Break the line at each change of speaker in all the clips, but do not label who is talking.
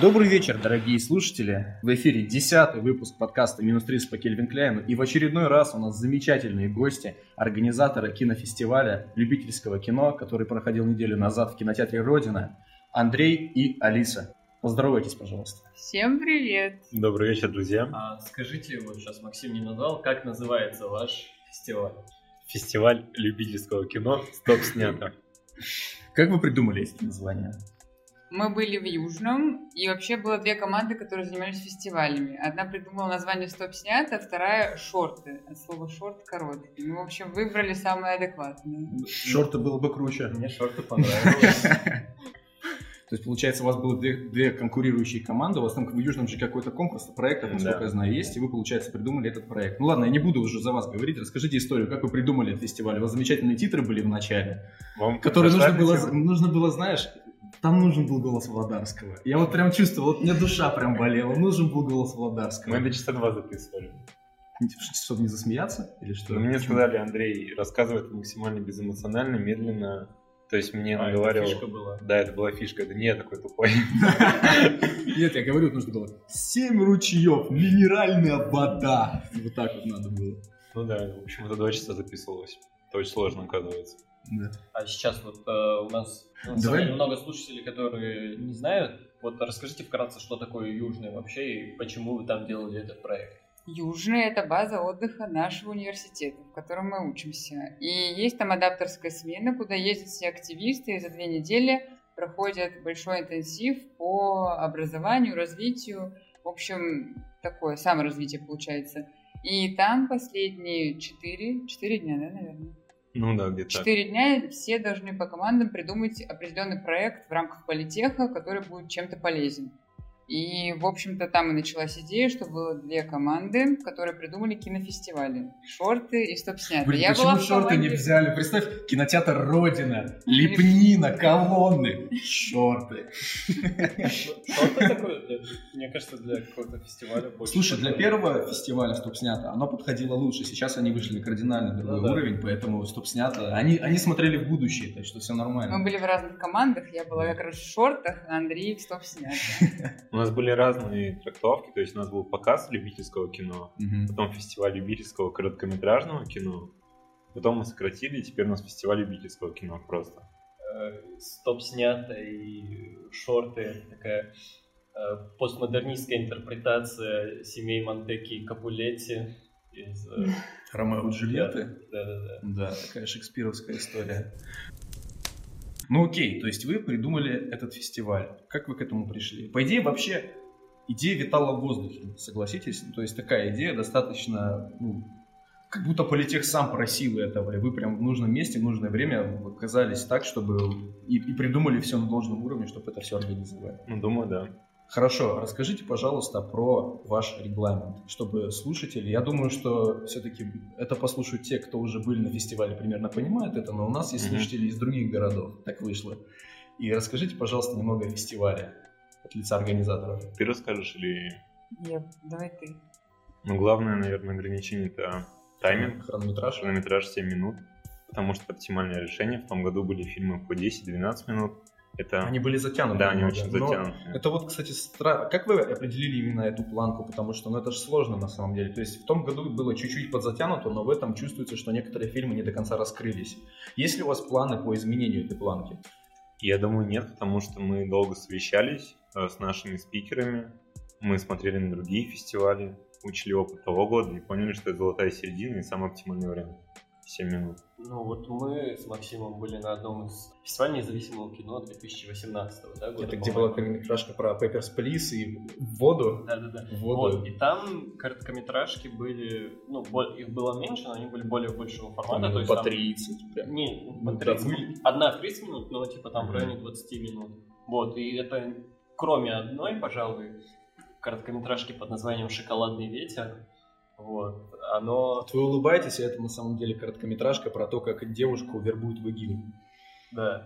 Добрый вечер, дорогие слушатели. В эфире десятый выпуск подкаста «Минус 30» по Кельвин Кляйну. И в очередной раз у нас замечательные гости, организаторы кинофестиваля любительского кино, который проходил неделю назад в кинотеатре «Родина», Андрей и Алиса. Поздоровайтесь, пожалуйста.
Всем привет!
Добрый вечер, друзья.
А скажите, вот сейчас Максим не назвал, как называется ваш фестиваль?
Фестиваль любительского кино «Стоп снято».
Как вы придумали эти названия?
Мы были в Южном, и вообще было две команды, которые занимались фестивалями. Одна придумала название «Стоп снято», а вторая «Шорты». От слова «шорт» — короткий. Мы, в общем, выбрали самое адекватное.
Шорты было бы круче.
Мне шорты понравились.
То есть, получается, у вас было две, две конкурирующие команды, у вас там в Южном же какой-то конкурс проектов, насколько я знаю, есть, и вы, получается, придумали этот проект. Ну ладно, я не буду уже за вас говорить, расскажите историю, как вы придумали этот фестиваль. У вас замечательные титры были в начале,
Вам
которые нужно
поставить
было,
его?
нужно было, знаешь, там нужен был голос Владарского. Я вот прям чувствовал, вот у меня душа прям болела, нужен был голос Владарского.
Мы на часа два записывали.
Чтобы не засмеяться или что?
Но мне
Почему?
сказали, Андрей, рассказывай это максимально безэмоционально, медленно. То есть мне
А, это
наговаривал...
фишка была.
Да, это была фишка. Это не я такой тупой.
Нет, я говорю, нужно было семь ручьев, минеральная вода. Вот так вот надо было.
Ну да, в общем, это два часа записывалось. Это очень сложно, оказывается.
Да.
А сейчас вот э, у нас на самом
Давай.
деле много слушателей, которые не знают. Вот расскажите вкратце, что такое Южный вообще и почему вы там делали этот проект.
Южный – это база отдыха нашего университета, в котором мы учимся. И есть там адаптерская смена, куда ездят все активисты, и за две недели проходят большой интенсив по образованию, развитию. В общем, такое саморазвитие получается. И там последние четыре, четыре дня, да, наверное?
Ну да, где-то. так.
Четыре дня все должны по командам придумать определенный проект в рамках политеха, который будет чем-то полезен. И, в общем-то, там и началась идея, что было две команды, которые придумали кинофестивали. Шорты и стоп снято.
Блин, почему
была в
шорты
команде-
не взяли? Представь, кинотеатр Родина, лепнина, колонны, шорты.
Что-то такое, для- мне кажется, для какого-то фестиваля больше.
Слушай, для
подходит.
первого фестиваля «Стоп снято» оно подходило лучше. Сейчас они вышли на кардинально другой
Ну да.
уровень, поэтому «Стоп снято». Они, они смотрели в будущее, так что все нормально.
Мы были в разных командах, я была как раз в шортах, а Андрей в стоп снято.
У нас были разные трактовки. То есть у нас был показ любительского кино,
Мгм.
потом фестиваль любительского короткометражного кино, потом мы сократили, и теперь у нас фестиваль любительского кино просто.
Э, Стоп снято и шорты, такая э, постмодернистская интерпретация семей Монтеки и Капулетти. из, э,
Ромео и Джульетты.
Да-да-да.
Да, такая шекспировская история. Ну окей, то есть вы придумали этот фестиваль. Как вы к этому пришли? По идее, вообще идея витала в воздухе, согласитесь? То есть такая идея достаточно, ну, как будто политех сам просил этого, и вы прям в нужном месте, в нужное время оказались так, чтобы и, и придумали все на должном уровне, чтобы это все организовать.
Ну, думаю, да.
Хорошо, расскажите, пожалуйста, про ваш регламент, чтобы слушатели, я думаю, что все-таки это послушают те, кто уже были на фестивале, примерно понимают это, но у нас есть
Мгм.
слушатели из других городов, так вышло. И расскажите, пожалуйста, немного о фестивале от лица организаторов.
Ты расскажешь или...
Я, давай ты.
Ну, главное, наверное, ограничение это тайминг.
Хронометраж.
Хронометраж 7 минут, потому что оптимальное решение. В том году были фильмы по 10-12 минут. Это...
Они были затянуты.
да, они
немного,
очень
но
затянуты.
Это вот, кстати, стра... как вы определили именно эту планку? Потому что ну, это же сложно на самом деле. То есть в том году было чуть-чуть подзатянуто, но в этом чувствуется, что некоторые фильмы не до конца раскрылись. Есть ли у вас планы по изменению этой планки?
Я думаю, нет, потому что мы долго совещались э, с нашими спикерами. Мы смотрели на другие фестивали, учили опыт того года и поняли, что это золотая середина и самый оптимальный вариант. 7 минут.
Ну вот мы с Максимом были на одном из фестивалей независимого кино 2018 да, года.
это где была
по-моему.
короткометражка про Papers, Please и воду.
Да-да-да.
Воду.
Вот, и там короткометражки были, ну, бо- их было меньше, но они были более большего
Там
формата. то есть
по
там-
30. прям.
Не, ну,
Ну,
по 30
там были.
минут. Одна 30 минут, но типа там в
Мгм.
районе 20 минут. Вот, и это кроме одной, пожалуй, короткометражки под названием «Шоколадный ветер», вот, оно,
Вот вы улыбаетесь, а это на самом деле короткометражка про то, как девушку вербуют в ИГИЛ.
да,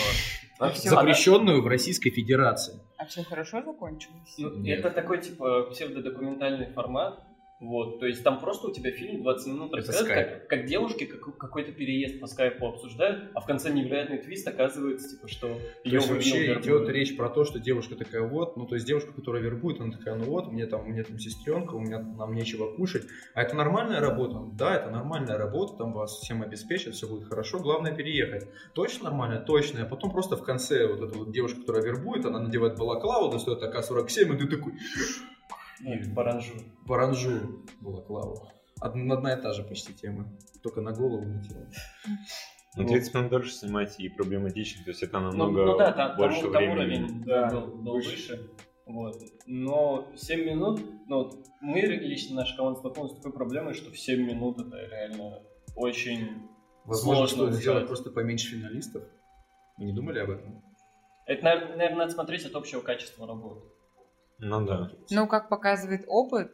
вот. А
Вообще
Она-
Запрещенную в Российской Федерации.
А все хорошо закончилось?
Ну,
Нет.
Это такой, типа, псевдодокументальный формат, Вот, то есть там просто у тебя фильм 20 минут
Это
рассказывает,
скайп.
как, как девушки как- какой-то переезд по скайпу обсуждают, а в конце невероятный твист оказывается, типа, что
То
её
есть вообще
убил
идет
вербовый.
речь про то, что девушка такая вот, ну то есть девушка, которая вербует, она такая, ну вот, мне там, мне там сестренка, у меня нам нечего кушать. А это нормальная работа? Да, это нормальная работа, там вас всем обеспечат, все будет хорошо, главное переехать. Точно нормально? Точно. А потом просто в конце вот эта вот девушка, которая вербует, она надевает балаклаву, достает А АК-47, и ты такой,
Ну, Баранжу.
баранжу балаклаву. Одна, одна и та же почти тема, только на голову натянула.
На
Ну.
30 минут дольше снимать и проблематично, то есть это
Ну,
намного
ну да, там,
больше
там,
времени.
уровень
Да,
был, был выше. Вот. Но 7 минут, ну вот мы лично наша команда столкнулась с такой проблемой, что в 7 минут это реально очень...
Возможно,
Сложно
что
выбирать.
сделать просто поменьше финалистов. Вы не думали об этом?
Это, наверное, надо смотреть от общего качества работы.
Ну да.
Ну, как показывает опыт,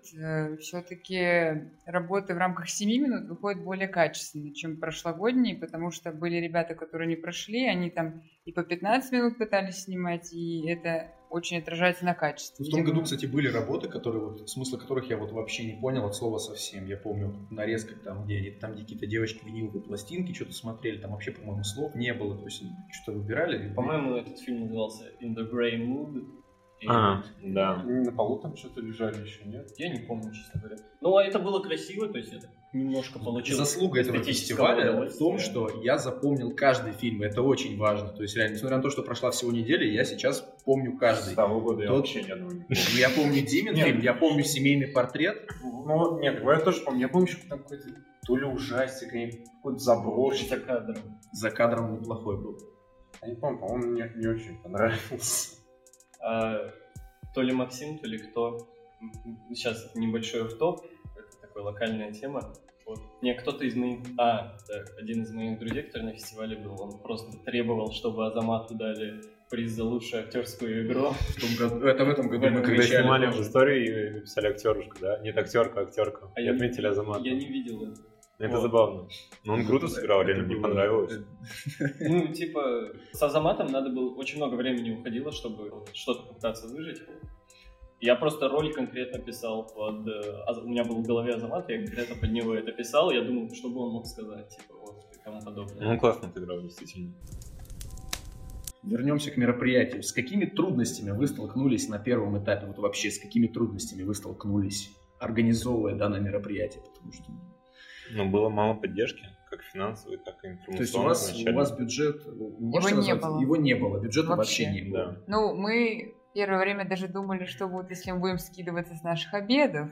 все-таки работы в рамках 7 минут выходят более качественно, чем прошлогодние, потому что были ребята, которые не прошли, они там и по 15 минут пытались снимать, и это очень отражается на качестве.
В том
Видимо,
году, кстати, были работы, которые вот, смысла которых я вот вообще не понял от слова совсем. Я помню нарезка там, где они- там где какие-то девочки виниловые пластинки что-то смотрели, там вообще, по-моему, слов не было, то есть что-то выбирали. и-
По-моему, этот фильм назывался In the Grey Mood. И
А, да.
На полу там что-то лежали еще, нет?
Я не помню, честно говоря. Ну, а это было красиво, то есть это немножко получилось.
Ну, Заслуга этого
эстетического
фестиваля в том,
удовольствия.
что я запомнил каждый фильм, и это очень важно. То есть реально, несмотря на то, что прошла всего неделя, я сейчас помню каждый.
С того года я
Тот-
вообще ни одного не помню.
Я помню Димин
Нет.
фильм, я помню семейный портрет.
Ну, нет, я тоже помню. Я помню, что там какой-то то ли ужастик, или какой-то
Больше
заброшь.
за кадром.
За кадром неплохой был.
Я не помню, по-моему, мне не очень понравился.
А, то ли Максим, то ли кто. М, Сейчас небольшой автоп, это такая локальная тема. Вот. Мне кто-то из моих... А, да, один из моих друзей, который на фестивале был, он просто требовал, чтобы Азамату дали приз за лучшую актерскую игру.
В том году- э, это в этом году мы
Когда
кричали
снимали
тоже.
в истории и написали актерушку, да? Нет, актерка, актерка.
А
и
я не-
отметили Азамата.
Я не видел это.
Это
Вот.
забавно. Но Ну, он круто сыграл, реально мне
было-
понравилось.
Ну, типа, с Азаматом надо было... Очень много времени уходило, чтобы вот что-то пытаться выжить. Я просто роль конкретно писал под... э, Аз- У меня был в голове Азамат, я конкретно под него это писал, я думал, что бы он мог сказать, типа, вот, и тому
Ну,
подобное.
он классно отыграл, действительно.
Вернемся к мероприятию. С какими трудностями вы столкнулись на первом этапе? Вот вообще, с какими трудностями вы столкнулись, организовывая данное мероприятие? Потому что...
Ну, Но было мало поддержки, как финансовой, так и информационной.
То есть у вас,
вначале.
у вас бюджет... вы можете
не
назвать?
было.
Его не было, бюджета вообще,
Вообще.
не было.
Да.
Ну, мы первое время даже думали, что будет, если мы будем скидываться с наших обедов,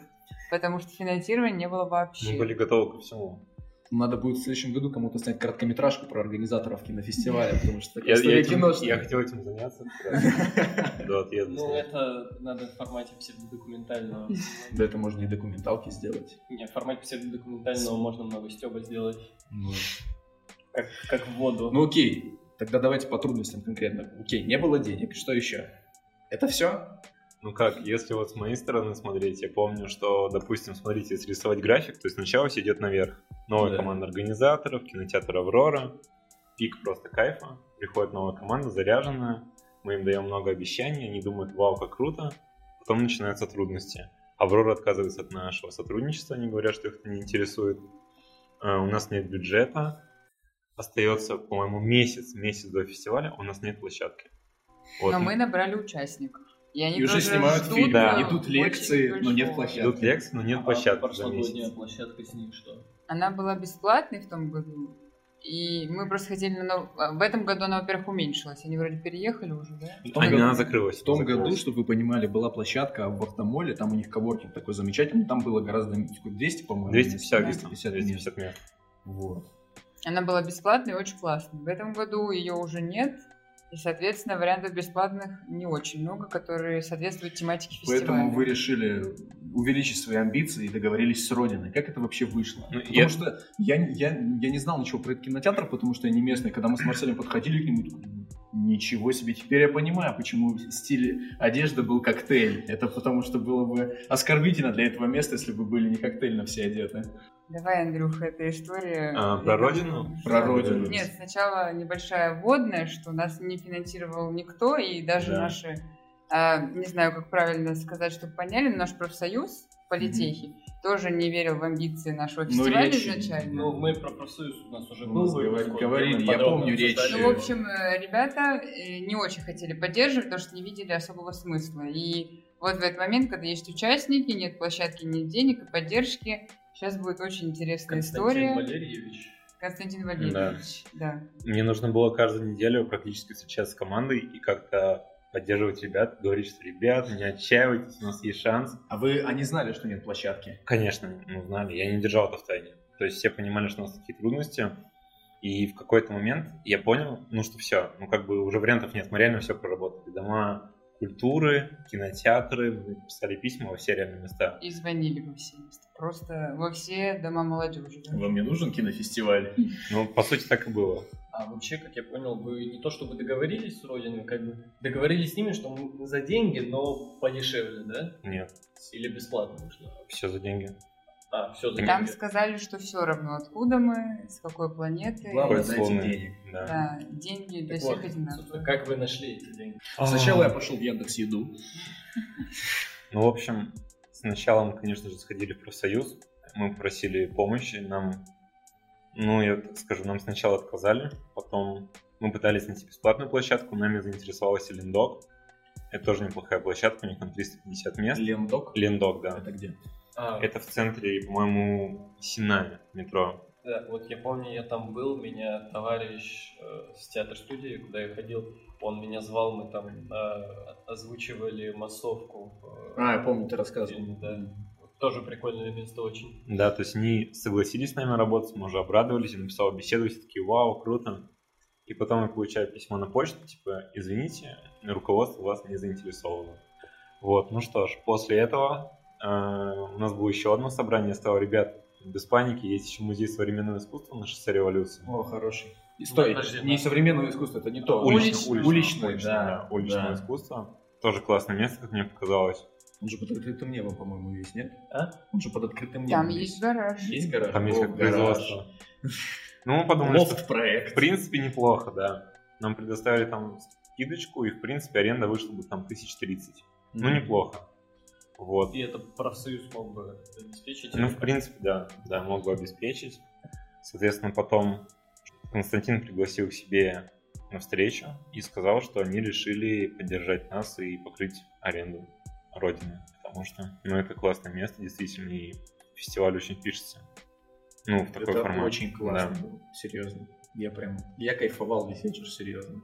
потому что финансирования не было вообще.
Мы были готовы ко всему.
Надо будет в следующем году кому-то снять короткометражку про организаторов кинофестиваля, потому что такая
Я, я
история
этим-
киношная.
я хотел этим заняться как раз до отъезда.
Ну, это надо в формате псевдодокументального.
Да это можно и документалки сделать.
Не, в формате псевдодокументального можно много стеба сделать,
Ну,
как, как в воду.
Ну окей, тогда давайте по трудностям конкретно. Окей, не было денег, что еще? Это все?
Ну как, если вот с моей стороны смотреть, я помню, что, допустим, смотрите, если рисовать график, то сначала все идет наверх. Новая
Да.
команда организаторов, кинотеатр «Аврора», пик просто кайфа, приходит новая команда, заряженная, мы им даем много обещаний, они думают, вау, как круто, потом начинаются трудности. «Аврора» отказывается от нашего сотрудничества, они говорят, что их это не интересует. Э, У нас нет бюджета, остается, по-моему, месяц, месяц до фестиваля, у нас нет площадки. Вот,
Но мы набрали участников. И они
И уже
тоже
снимают
ждут,
фильм,
да.
э,
идут
очень
лекции, но нет
большого.
площадки.
идут лекции, но
А
нет площадки. за месяц.
Прошлогодняя площадка с ним что?
Она была бесплатной в том году. И мы просто хотели... на нов- а, В этом году она, во-первых, уменьшилась. Они вроде переехали уже, да?
В
А, не, она закрылась.
В том
закрылась.
году, чтобы вы понимали, была площадка в Автомоле, там у них коворкинг такой замечательный, там было гораздо м- сколько, 200, по-моему.
250
Да.
мест.
250
250 мест.
Вот.
Она была бесплатной и очень классной. В этом году ее уже нет. И, соответственно, вариантов бесплатных не очень много, которые соответствуют тематике фестиваля.
Поэтому вы решили увеличить свои амбиции и договорились с Родиной. Как это вообще вышло?
Ну,
потому
я-
что я, не- я, я не знал ничего про этот кинотеатр, потому что я не местный. Когда мы с Марселем подходили к нему, такой, «Ну, ничего себе, теперь я понимаю, почему стиль одежды был коктейль. Это потому что было бы оскорбительно для этого места, если бы были не коктейльно все одеты.
Давай, Андрюха, эта история...
А, про родину?
Про родину.
Нет, сначала небольшая вводная, что нас не финансировал никто, и даже
Да.
наши, а, не знаю, как правильно сказать, чтобы поняли, но наш профсоюз политехи, тоже не верил в амбиции нашего
Ну,
фестиваля
речь-
изначально.
Ну, мы про профсоюз у нас уже
Ну, Мы
был
с Галей
выпуск,
говорили,
мы
я
подробно
помню речь.
обсуждали.
Ну, в общем, э, ребята э, не очень хотели поддерживать, потому что не видели особого смысла. И вот в этот момент, когда есть участники, нет площадки, нет денег и поддержки, сейчас будет очень интересная
Константин
история.
Валерьевич.
Константин Валерьевич. Да.
Мне нужно было каждую неделю практически встречаться с командой и как-то поддерживать ребят, говорить, что ребят, не отчаивайтесь, у нас есть шанс.
А вы, они знали, что нет площадки?
Конечно, мы знали, я не держал это в тайне. То есть все понимали, что у нас такие трудности, и в какой-то момент я понял, ну что все, ну как бы уже вариантов нет, мы реально все проработали. Дома культуры, кинотеатры, мы писали письма во все реальные места.
И звонили во все места. Просто во все дома молодежи. да.
Вам не нужен кинофестиваль?
Ну, по сути, так и было.
А вообще, как я понял, вы не то чтобы договорились с Родиной, как бы договорились с ними, что мы за деньги, но подешевле, да?
Нет,
Или бесплатно вышло?
все за деньги.
А, все за
И
деньги.
Там сказали, что все равно, откуда мы, с какой планеты.
Главное,
Хоть
дайте
словно.
денег.
Да.
Да, деньги для
Так
всех
вот, собственно,
одинаковые.
как вы нашли эти деньги?
А. Сначала я пошел в Яндекс Еду.
Ну, в общем, сначала мы, конечно же, сходили в профсоюз. Мы просили помощи, нам, ну, я так скажу, нам сначала отказали, потом мы пытались найти бесплатную площадку, нами заинтересовалась Лендок. Это тоже неплохая площадка, у них там 350 мест.
Лендок.
Лендок, да.
Это где?
А,
Это в центре, по-моему, Синами метро.
Да, вот я помню, я там был, меня товарищ э, с театр-студии, куда я ходил, он меня звал, мы там э, озвучивали массовку. э,
А, я помню, ты рассказывал.
Да. Вот Тоже прикольное место очень.
Да, то есть они согласились с нами работать, мы уже обрадовались, я написал беседу, все такие, вау, круто. И потом я получаю письмо на почту, типа, извините, руководство вас не заинтересовало. Вот, ну что ж, после этого э, у нас было еще одно собрание, я сказал, ребят, без паники, есть еще музей современного искусства на шоссе революции.
О, хороший. И стой,
Подожди,
не
да.
современное искусство, это не то.
Уличное,
уличное, уличное,
уличное,
да.
уличное
да.
искусство. Тоже классное место, как мне показалось.
Он же под открытым небом, по-моему, весь, нет?
А?
Он же под открытым небом.
Там есть гараж.
Есть гараж?
Там есть
О,
как
гараж.
производство. Ну, мы подумали, что В
Лофт-проект.
принципе, неплохо, да. Нам предоставили там скидочку, и, в принципе, аренда вышла бы там 1030. Ну, неплохо. Вот.
И это профсоюз мог бы обеспечить.
Ну, в принципе, да. Да, мог бы обеспечить. Соответственно, потом Константин пригласил к себе на встречу и сказал, что они решили поддержать нас и покрыть аренду Родины. Потому что, ну, это классное место, действительно, и фестиваль очень пишется. Ну, в такой
это
формат.
очень классно было, серьезно. Я прям, я кайфовал весь вечер, серьезно.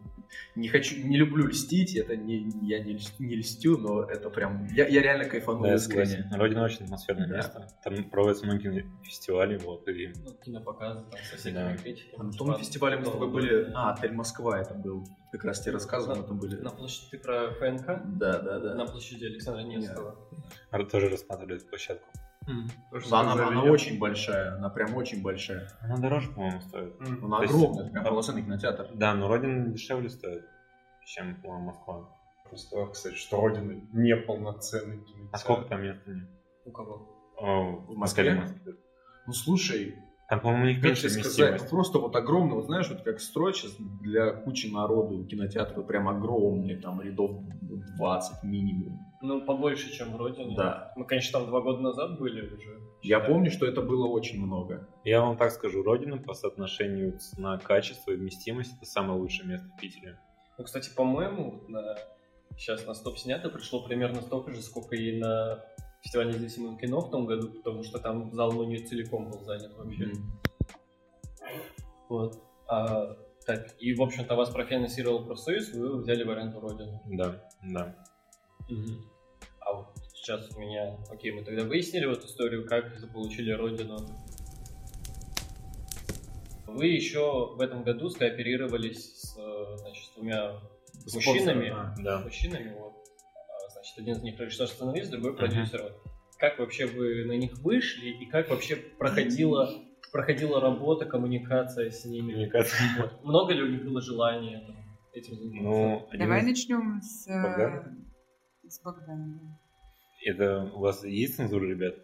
Не хочу, не люблю льстить, это не, я не, льст- не льстю, но это прям, я, я реально кайфанул
Да, я согласен.
искренне.
Родина очень атмосферное
Да.
место. Там проводятся многие фестивали, вот, и
Ну, кинопоказы там со
Да.
всякими критиками.
А На том
типа,
фестивале мы с тобой
ну,
были,
да.
а, отель Москва это был, как раз тебе рассказывал, мы там были.
На площади ты про ФНК?
Да, да,
На
да.
площади Александра Невского.
Ар- тоже рассматривали эту площадку.
Да, Она, она очень большая, она прям очень большая.
Она дороже, по-моему, стоит.
Мгм.
Она
То есть-
огромная, прям полноценный кинотеатр.
Да, но Родина дешевле стоит, чем, по-моему, Москва.
Просто, кстати, что Родина неполноценный кинотеатр.
А сколько там мест у них?
У кого?
О, в
Москве?
отеле Москве.
Ну слушай,
Там, по-моему, у них
Как
меньше
тебе сказать, ну,
вместимость.
просто вот огромный, вот знаешь, вот как строй сейчас для кучи народу кинотеатры прям огромные, там рядов 20 минимум.
Ну, побольше, чем в Родине.
Да.
Мы, конечно, там два года назад были уже.
Я
Да.
помню, что это было очень много.
Я вам так скажу, Родина по соотношению цена-качество и вместимость это самое лучшее место в Питере.
Ну, кстати, по-моему, вот на... сейчас на стоп снято пришло примерно столько же, сколько и на фестивале независимого кино в том году, потому что там зал ну, не целиком был занят вообще. Вот. А, так, и, в общем-то, вас профинансировал профсоюз, вы взяли в аренду Родину.
Да, да.
А вот сейчас у меня... Окей, мы тогда выяснили вот историю, как заполучили Родину. Вы еще в этом году скооперировались с, э, значит, с двумя
Спонсоры,
мужчинами. с
а, Да.
мужчинами, вот, А, значит, один из них режиссер сценарист, другой продюсер. Вот. Как вообще вы на них вышли и как вообще проходила, проходила работа, коммуникация с ними?
Мне кажется,
Вот. Много ли у них было желания там, этим заниматься?
ну, один
Давай
из-
начнем с... э,
Богдана?
С Богдана.
это у вас есть цензура, ребят?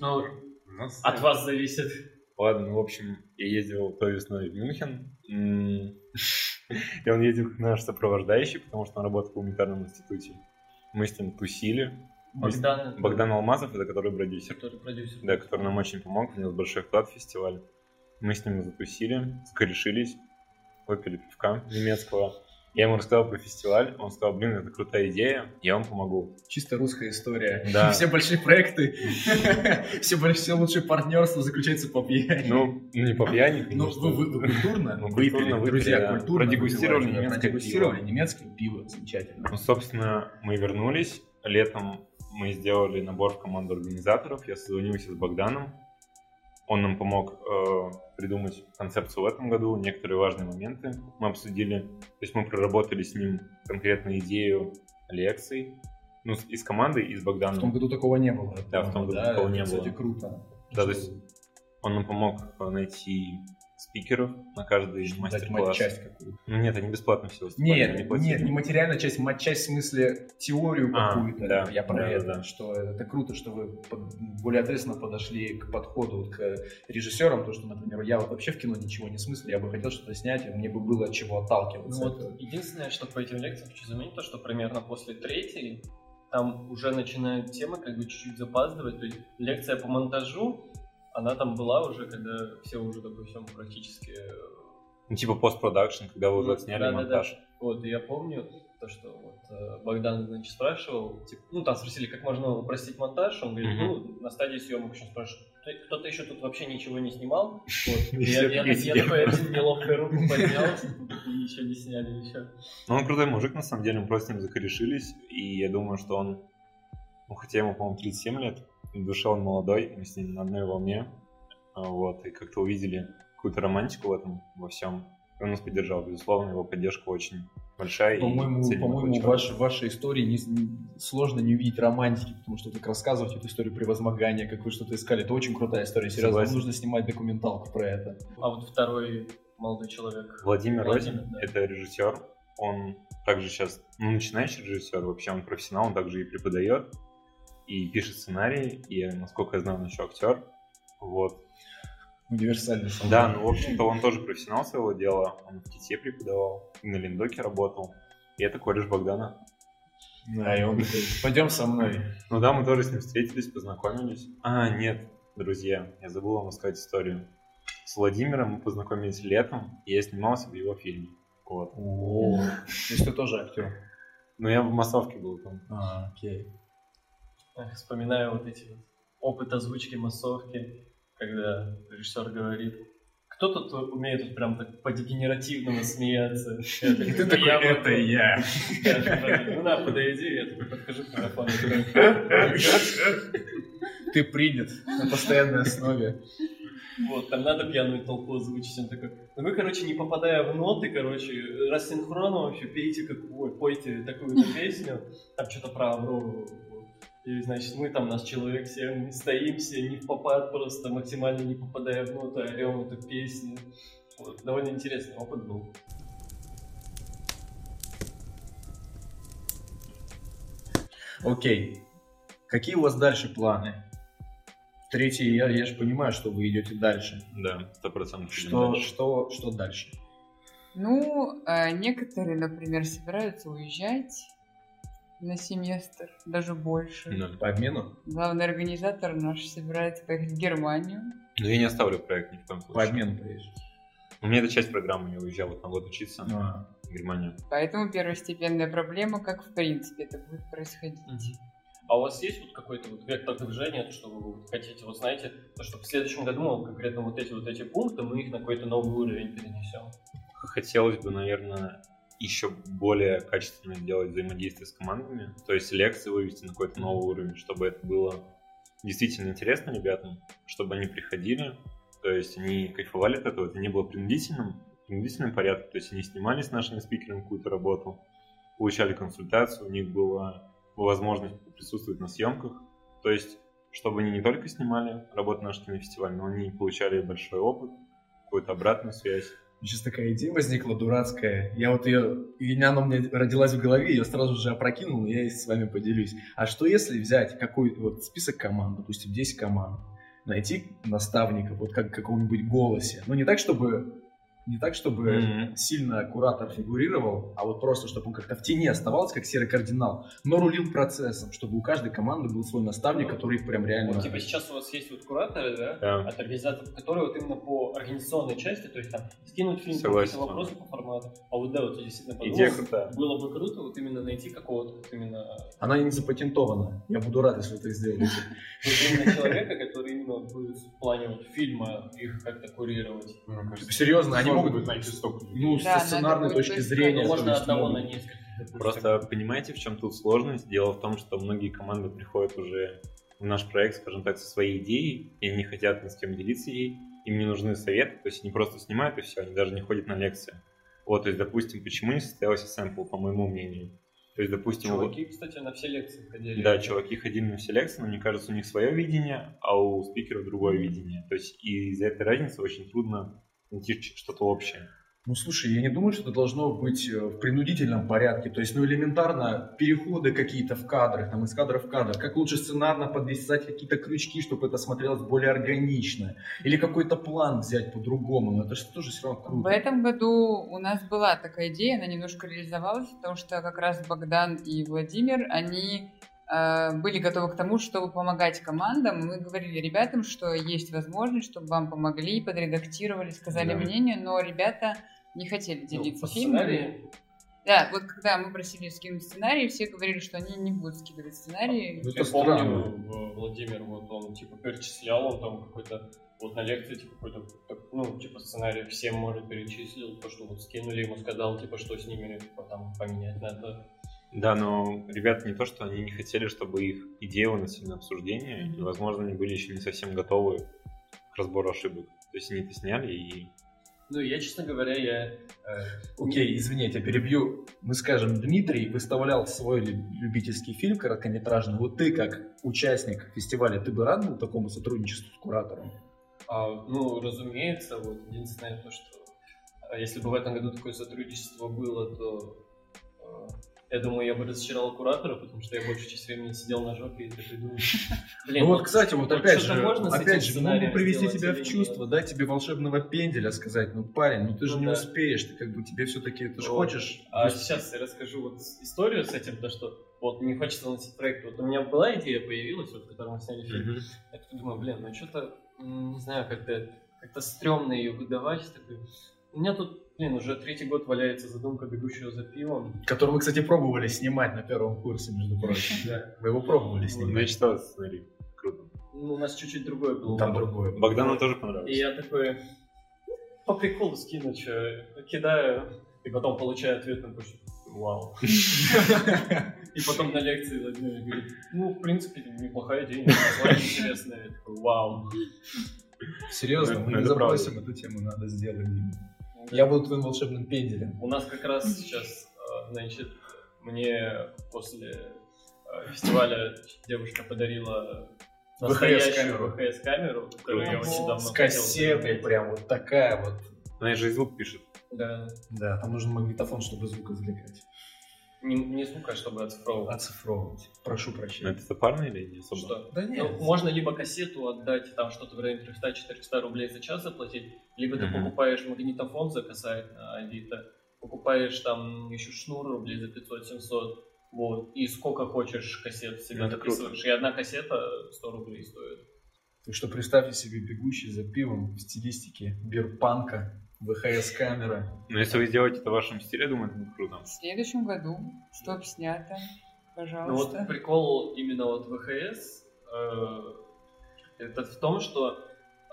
Ну,
У нас-
от вас зависит.
Ладно, ну, в общем, я ездил той весной в Мюнхен. М. И он ездил как наш сопровождающий, потому что он работал в гуманитарном институте. Мы с ним тусили.
Богдан.
Богдан Алмазов, это который продюсер.
Который продюсер.
да, который нам очень помог, внес большой вклад в фестиваль. Мы с ним затусили, скорешились, выпили пивка немецкого. Я ему рассказал про фестиваль, он сказал, блин, это крутая идея, я вам помогу.
Чисто русская история.
Да.
Э, Все большие проекты, все, больш- все лучшие партнерства заключаются по пьяни.
Ну, ну, не по пьяни,
Ну,
конечно.
вы, вы- вы культурно
Ну,
выпили,
культурно выпили,
друзья,
да.
культурно
Продегустировали
выпивали, да,
немецкое
продегустировали
пиво.
немецкое пиво, замечательно.
Ну, собственно, мы вернулись. Летом мы сделали набор в команду организаторов. Я созвонился с Богданом. Он нам помог э, придумать концепцию в этом году, некоторые важные моменты мы обсудили. То есть мы проработали с ним конкретно идею лекций. Ну, с- и с командой, и с
В том
Богданом.
году такого не было.
Да, в том году
Да,
такого не
это, Кстати,
было.
круто.
Да, то есть Он нам помог э, найти спикеров на каждый из
Дать
мастер-класс.
матчасть какую-то.
Ну, Нет, они бесплатно все выступали.
Нет,
они платили.
нет, не материальная часть, матчасть в смысле теорию
А,
какую-то.
да,
я про
да,
это,
да, да.
что это круто, что вы под- более ответственно подошли к подходу вот к режиссерам, то что, например, я вот вообще в кино ничего не смыслю, я бы хотел что-то снять, и мне бы было от чего отталкиваться.
Ну вот, единственное, что по этим лекциям хочу заметить, то, что примерно после третьей там уже начинают темы как бы чуть-чуть запаздывать. То есть лекция по монтажу, она там была уже, когда все уже, допустим, практически... э,
Ну, типа постпродакшн, когда вы уже отсняли
Да-да-да.
монтаж.
Вот, и я помню то, что вот э, Богдан, значит, спрашивал, типа, ну, там спросили, как можно упростить монтаж, он говорит,
Мгм.
ну, на стадии съемок еще спрашивают, «Кто- кто-то еще тут вообще ничего не снимал, вот,
И
И я,
все такие
я, так- я
сидят.
такой один неловкой руку поднял, и еще не сняли, еще.
Ну, он крутой мужик, на самом деле, мы просто с ним закорешились, и я думаю, что он, ну, хотя ему, по-моему, 37 лет, в душе он молодой, мы с ним на одной волне, А, вот, и как-то увидели какую-то романтику в этом, во всем. И он нас поддержал, безусловно, его поддержка очень большая. и
По-моему,
ценим этого
по-моему,
человека.
ваш, в вашей истории не, не- сложно не увидеть романтики, потому что так рассказывать эту историю превозмогания, как вы что-то искали, это очень крутая история. Серьезно,
Согласен.
нужно снимать документалку про это.
А вот второй молодой человек,
Владимир
Владимир,
Розин,
да.
это режиссер, он также сейчас, ну, начинающий режиссер, вообще он профессионал, он также и преподает, и пишет сценарий, и, насколько я знаю, он еще актер, вот,
Универсальный
Да, ну, в общем-то, он тоже профессионал своего дела. Он в КИТе преподавал, и на Линдоке работал. И это кореш Богдана.
Да, и он такой, пойдем со мной.
Ну да, мы тоже с ним встретились, познакомились. А, нет, друзья, я забыл вам рассказать историю. С Владимиром мы познакомились летом, и я снимался в его фильме. Вот.
О, то есть ты тоже актер.
Но я в массовке был там.
А, окей.
Эх, вспоминаю вот эти вот опыт озвучки массовки, когда режиссер говорит, кто тут умеет вот прям так по-дегенеративному смеяться? Я такой, «Ну, я могу».
я.
Ну на, подойди, я такой подхожу к микрофону. говорю,
Ты принят на постоянной основе.
Вот, там надо пьяную толпу озвучить. Он такой, ну вы, короче, не попадая в ноты, короче, раз синхронно вообще пейте, как, ой, пойте такую-то песню, там что-то про Аврору. И, значит, мы там, нас человек семь, стоим все, не в попад просто, максимально не попадая в ноты, орем эту песню. Вот, довольно интересный опыт был.
Окей. Какие у вас дальше планы? Третий, я, я же понимаю, что вы идете дальше.
Да, сто процентов.
Что, что, что дальше?
Ну, э, некоторые, например, собираются уезжать на семестр, даже больше.
Ну.
По обмену?
Главный организатор наш собирается поехать в Германию.
Но я не оставлю проект ни в коем
По
случае.
обмену поедешь.
У меня это часть программы, я уезжал вот на год учиться
А,
в Германию.
Поэтому первостепенная проблема, как в принципе это будет происходить.
А у вас есть вот какой-то вот вектор движения, то, что вы вот хотите, вот знаете, то, что в следующем году мы конкретно вот эти вот эти пункты, мы их на какой-то новый уровень перенесем?
хотелось бы, наверное, еще более качественно делать взаимодействие с командами, то есть лекции вывести на какой-то новый уровень, чтобы это было действительно интересно ребятам, чтобы они приходили, то есть они кайфовали от этого, это не было принудительным, в принудительном порядке, то есть они снимали с нашими спикерами какую-то работу, получали консультацию, у них была возможность присутствовать на съемках, то есть чтобы они не только снимали работу на наш кинофестиваль, но они получали большой опыт, какую-то обратную связь.
Сейчас такая идея возникла дурацкая. Я вот ее, и она у меня родилась в голове, ее сразу же опрокинул, и я и с вами поделюсь. А что если взять какой вот список команд, допустим, 10 команд, найти наставника, вот как в каком-нибудь голосе, но не так, Ну, чтобы Не так, чтобы
Мгм.
сильно куратор фигурировал, а вот просто, чтобы он как-то в тени оставался, как серый кардинал, но рулил процессом, чтобы у каждой команды был свой наставник, который их прям реально...
Вот, типа, сейчас у вас есть вот кураторы, да,
Да.
от организаторов, которые вот именно по организационной части, то есть там скинуть фильм,
Согласен.
какие-то вопросы по формату. А вот да, вот я действительно
Идея
подумал,
крутая.
было бы круто вот именно найти какого-то вот именно, а,
Она не запатентована. Я буду рад, если вы это сделаете.
вот именно человека, который именно вот будет в плане вот фильма их как-то курировать.
Типа, серьезно, они могут
быть найти столько.
Ну,
Да,
со сценарной
надо будет
точки
поискать.
зрения.
Ну,
то
можно
есть,
одного
ну,
на несколько. допустим.
Просто понимаете, в чем тут сложность? Дело в том, что многие команды приходят уже в наш проект, скажем так, со своей идеей, и они не хотят ни с кем делиться ей, им не нужны советы, то есть они просто снимают и все, они даже не ходят на лекции. Вот, то есть, допустим, почему не состоялся сэмпл, по моему мнению. То есть, допустим, вот-
Чуваки, кстати, на все лекции ходили.
ну, да, чуваки ходили на все лекции, но мне кажется, у них свое видение, а у спикеров другое видение. То есть и из-за этой разницы очень трудно найти ч- что-то общее.
Ну, слушай, я не думаю, что это должно быть э, в принудительном порядке. То есть, ну, элементарно, переходы какие-то в кадрах, там, из кадра в кадр. Как лучше сценарно подвязать какие-то крючки, чтобы это смотрелось более органично. Или какой-то план взять по-другому. Но это же тоже все равно
В
круто.
этом году у нас была такая идея, она немножко реализовалась, потому что как раз Богдан и Владимир, они э, были готовы к тому, чтобы помогать командам. Мы говорили ребятам, что есть возможность, чтобы вам помогли, подредактировали, сказали
Да.
мнение, но ребята не хотели
Ну,
делиться
по
фильмами.
сценарию.
Да, вот когда мы просили скинуть сценарий, все говорили, что они не будут скидывать сценарий.
Ну, это
Я
странно.
помню, в- Владимир, вот он типа перечислял, он там какой-то вот на лекции, типа, какой-то, так, ну, типа, сценарий всем, может, перечислил, то, что вот скинули, ему сказал, типа, что с ними, типа, там, поменять надо.
Да, но ребята не то, что они не хотели, чтобы их идеи выносили на обсуждение, и, возможно, они были еще не совсем готовы к разбору ошибок. То есть они это сняли и...
Ну, я, честно говоря, я... э,
Окей, извини, я тебя перебью. Мы скажем, Дмитрий выставлял свой лю- любительский фильм короткометражный. Вот ты, как участник фестиваля, ты бы рад был такому сотрудничеству с куратором?
А, ну, разумеется, вот единственное то, что а, если бы в этом году такое сотрудничество было, то э, я думаю, я бы разочаровал куратора, потому что я большую часть времени сидел на жопе и такой думал, блин,
Ну вот, кстати, вот
вот
опять
что-то
же,
можно с этим
опять же, могу
сценарием
привести
сделать
тебя
или
в чувство,
нет?
дать тебе волшебного пенделя, сказать, ну, парень, ну ты же
Ну
не
да.
успеешь, ты как бы тебе все-таки, ты же
Вот.
хочешь.
А
Ну,
сейчас я расскажу вот с- историю с этим, то что вот не хочется носить проект. Вот у меня была идея появилась, вот, в которой мы сняли фильм. Я такой думаю, блин, ну что-то, не знаю, как-то как стрёмно ее выдавать. Такой. У меня тут, блин, уже третий год валяется задумка бегущего за пивом.
Который мы, кстати, пробовали снимать на первом курсе, между прочим.
Да.
Мы его пробовали
Ну и
снимать.
что, смотри, круто.
Ну, у нас чуть-чуть другое было.
Там другое. было.
Богдану тоже
И
понравилось.
я такой, по приколу скину, чё, кидаю, и потом получаю ответ на почту. Вау. И потом на лекции Владимир говорит, ну, в принципе, неплохая идея, название интересное. Я такой, Вау.
Серьезно,
Ну,
мы не
это правда.
забросим эту тему, надо сделать. Дима. Я буду твоим волшебным пенделем.
У нас как раз сейчас, э, значит, мне после э, фестиваля девушка подарила настоящую
VHS-камеру.
ВХС-камеру, которую я очень давно
С
хотел
кассетой
заказать.
прям вот такая вот.
Она же и звук пишет.
Да.
Да, там нужен магнитофон, чтобы звук извлекать.
Не, не звука, чтобы оцифровывать.
Оцифровывать. Прошу прощения.
Но это запарно или не
А,
особо?
Что?
Да
Ну, можно либо кассету отдать, там что-то в районе 300-400 рублей за час заплатить, либо ты
Мгм.
покупаешь магнитофон заказать на Авито, покупаешь там еще шнур рублей за 500-700, вот, и сколько хочешь кассет себе
Ну, это круто.
записываешь. И одна кассета 100 рублей стоит.
Так что представьте себе бегущий за пивом в стилистике бирпанка, ВХС-камера.
Но Ну, если вы сделаете это в вашем стиле, я думаю, это будет круто.
В следующем году, чтоб снято,
Ну вот
пожалуйста.
прикол именно вот ВХС, э, это в том, что э,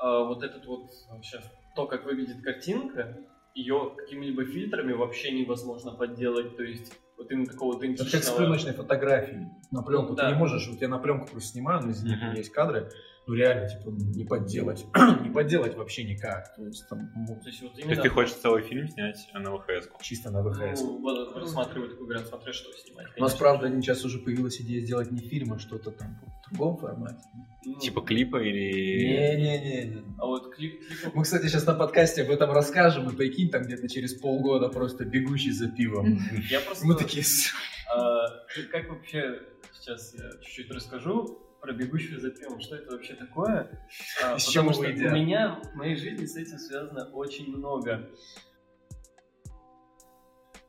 вот этот вот сейчас то, как выглядит картинка, ее какими-либо фильтрами вообще невозможно подделать, то есть вот именно такого
Это как с
идентичного...
пленочной фотографией на пленку.
Да.
Ты не можешь, вот я на пленку просто снимаю, но из них
Мгм.
есть кадры, ну реально, типа, не подделать. не подделать вообще никак. То есть там ну,
То есть вот
То есть
именно...
ты хочешь целый фильм снять на ВХС?
чисто на ВХС.
ну, вот рассматриваю такой вариант, смотря что снимать.
У нас,
конечно.
правда, сейчас уже появилась идея сделать не фильм, а что-то там в другом формате.
Ну,
Типа клипа или...
Не-не-не.
А вот клип... клип-
Мы, кстати, сейчас на подкасте об этом расскажем, и прикинь, там где-то через полгода просто бегущий за пивом.
Я просто...
Мы такие, «С-
А, как вообще, сейчас я чуть-чуть расскажу про бегущую за пивом, что это вообще такое? А,
Из
потому
чего
что
вы едят?
у меня в моей жизни с этим связано очень много.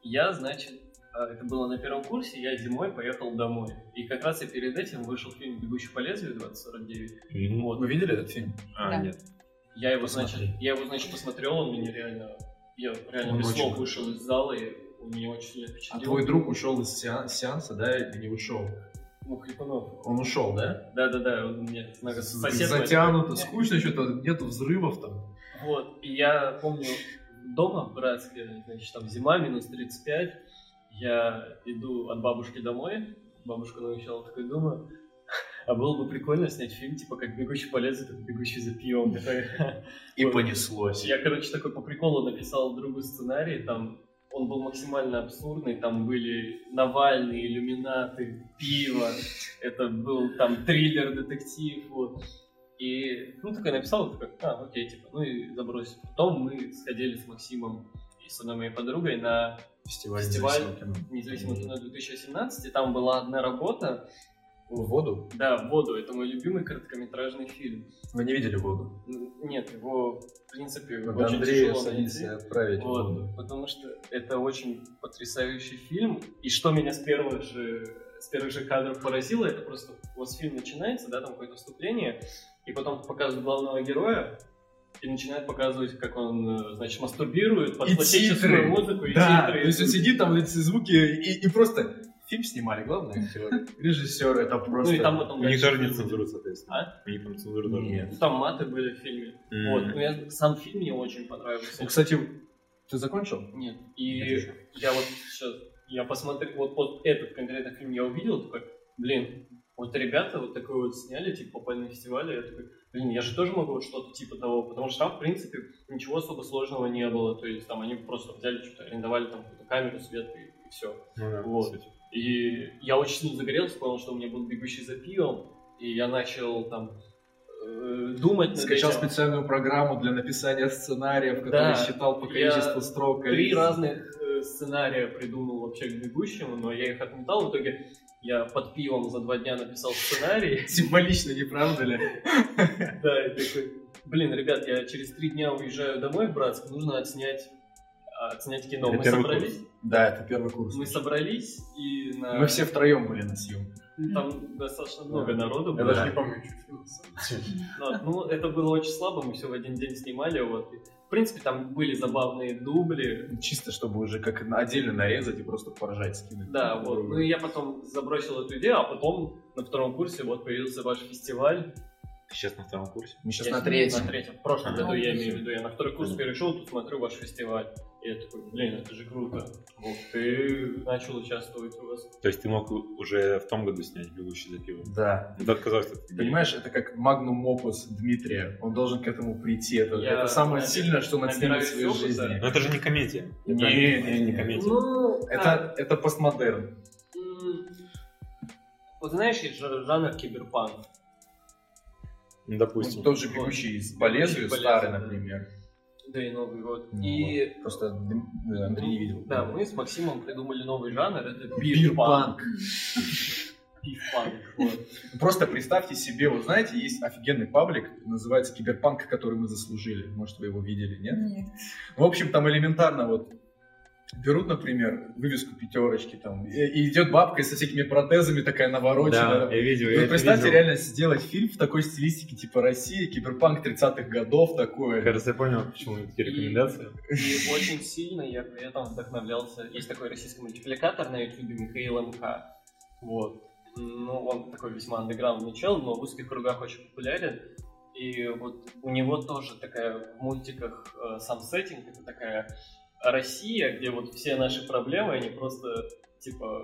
Я, значит, э, это было на первом курсе, я зимой поехал домой. И как раз и перед этим вышел фильм «Бегущий по лезвию» 2049. Вот.
Вы видели этот фильм?
А,
Да.
нет.
Я его,
Посмотри.
значит, я его, значит, посмотрел, он мне реально... Я реально
Он
без
очень
слов
крутой.
вышел из зала, и он меня очень сильно
А
впечатлил.
твой друг ушел из сеан- сеанса, да, или не ушел?
Ну, Хрипунов.
Он ушел, да?
Да-да-да, он мне знак- сосед мой.
Затянуто, скучно, что-то нету взрывов там.
Вот, и я помню дома в Братске, значит, там зима, минус 35, я иду от бабушки домой, бабушка научала, такой думаю, а было бы прикольно снять фильм, типа, как «Бегущий по лесу», как «Бегущий за пьем».
И
Вот.
понеслось.
Я, короче, такой по приколу написал другу сценарий, там он был максимально абсурдный, там были Навальный, иллюминаты, пиво, это был там триллер, детектив, вот. И, ну, такой написал, такой, а, окей, типа, ну и забросил. Потом мы сходили с Максимом и с одной моей подругой на
Фестиваль,
Фестиваль
независимого кино.
независимое кино 2017, и там была одна работа,
В воду?
да, «Воду», это мой любимый короткометражный фильм.
Вы не видели воду?
Ну, Нет, его, в принципе,
Надо
очень
Андрея
тяжело
садись и
найти.
отправить в
Вот,
воду.
потому что это очень потрясающий фильм. И что меня с первых же, с первых же кадров поразило, это просто вот фильм начинается, да, там какое-то вступление, и потом показывают главного героя, и начинают показывать, как он, э, значит, мастурбирует под
И
классическую
титры.
музыку и
Да,
титры. Ну,
то есть он сидит там, эти звуки, и, и просто фильм снимали, главное, актеры. Режиссер, это
ну
просто...
и там потом
У них
дальше
тоже нет
фильм.
цензуры, соответственно. У них там цензуры тоже
Нет.
Ну, Там маты были в фильме.
М.
Вот. Но я- сам фильм мне очень понравился.
Ну, кстати, ты закончил?
Нет. И я вот сейчас, я посмотрел, вот, вот этот конкретно фильм я увидел, такой, блин, вот ребята вот такой вот сняли, типа попали на фестиваль, и я такой, блин, я же тоже могу вот что-то типа того, потому что там, в принципе, ничего особо сложного не было, то есть там они просто взяли что-то, арендовали там какую-то камеру, свет и, все.
Ну да,
Вот.
кстати.
И я очень сильно загорелся, понял, что у меня был бегущий за пивом, и я начал там э, думать над
Скачал
этим.
специальную программу для написания сценариев,
Да,
который считал по
я
количеству строк. а
Три
количе-
разных э, сценария придумал вообще к бегущему, но я их отметал. В итоге я под пивом за два дня написал сценарий.
Символично, не правда ли?
Да, и такой, блин, ребят, я через три дня уезжаю домой в Братск, нужно отснять, а, отснять кино.
Это
Мы
первый
собрались,
Да, это первый курс.
мы собрались, и на-
Мы все втроем были на съемках.
там достаточно много народу
Я
было.
даже не помню, что фильм на самом деле.
Да, ну, это было очень слабо, мы все в один день снимали, вот. И, В принципе, там были забавные дубли,
Чисто, чтобы уже как на- отдельно нарезать и просто поражать скинуть.
Да, вот. Ну и я потом забросил эту идею, а потом на втором курсе вот появился ваш фестиваль.
Ты сейчас на втором курсе?
Мы сейчас
Я
на
с-
третьем.
На третьем. В прошлом
А,
году я
третьем.
имею в виду, я на второй курс
Понятно.
перешел, тут смотрю ваш фестиваль. И я такой, блин, это же круто. Вот, ты начал участвовать у вас.
То есть ты мог у- уже в том году снять «Бегущий за пивом».
Да.
Ну, Ты отказался от идеи.
Понимаешь, это как магнум опус Дмитрия. Он должен к этому прийти. Это,
Я
это самое
наби-
сильное, что он отснимет в своей
набираюсь опыта.
жизни.
Но это же не комедия.
Не,
Это
не, не, не.
комедия.
Ну,
Это, это постмодерн.
Вот знаешь, есть жа- жанр киберпанк.
Ну, допустим.
Тот же бегущий из по лезвию,
Бегущий по
старый,
лезвию, да.
например.
Да и Новый год.
Ну,
И
вот. Просто Дм- э, Андрей не видел.
да, мы с Максимом придумали новый жанр, это бирпанк.
Бирпанк.
Пифпанк. Вот.
Просто представьте себе, вот знаете, есть офигенный паблик, называется Киберпанк, который мы заслужили. Может, вы его видели, нет?
Нет.
В общем, там элементарно вот берут, например, вывеску пятерочки там, и, и идет бабка со всякими протезами такая навороченная.
Да, я
Ну,
видел, я
Вы
это
представьте,
видел.
реально сделать фильм в такой стилистике, типа Россия, киберпанк 30-х годов,
Мне
такое.
Кажется, я понял, почему эти рекомендации.
И очень сильно я при этом вдохновлялся. Есть такой российский мультипликатор на YouTube Михаил МК. Вот. Ну, он такой весьма андеграундный чел, но в узких кругах очень популярен. И вот у него тоже такая в мультиках э, сам сеттинг, это такая Россия, где вот все наши проблемы, они просто типа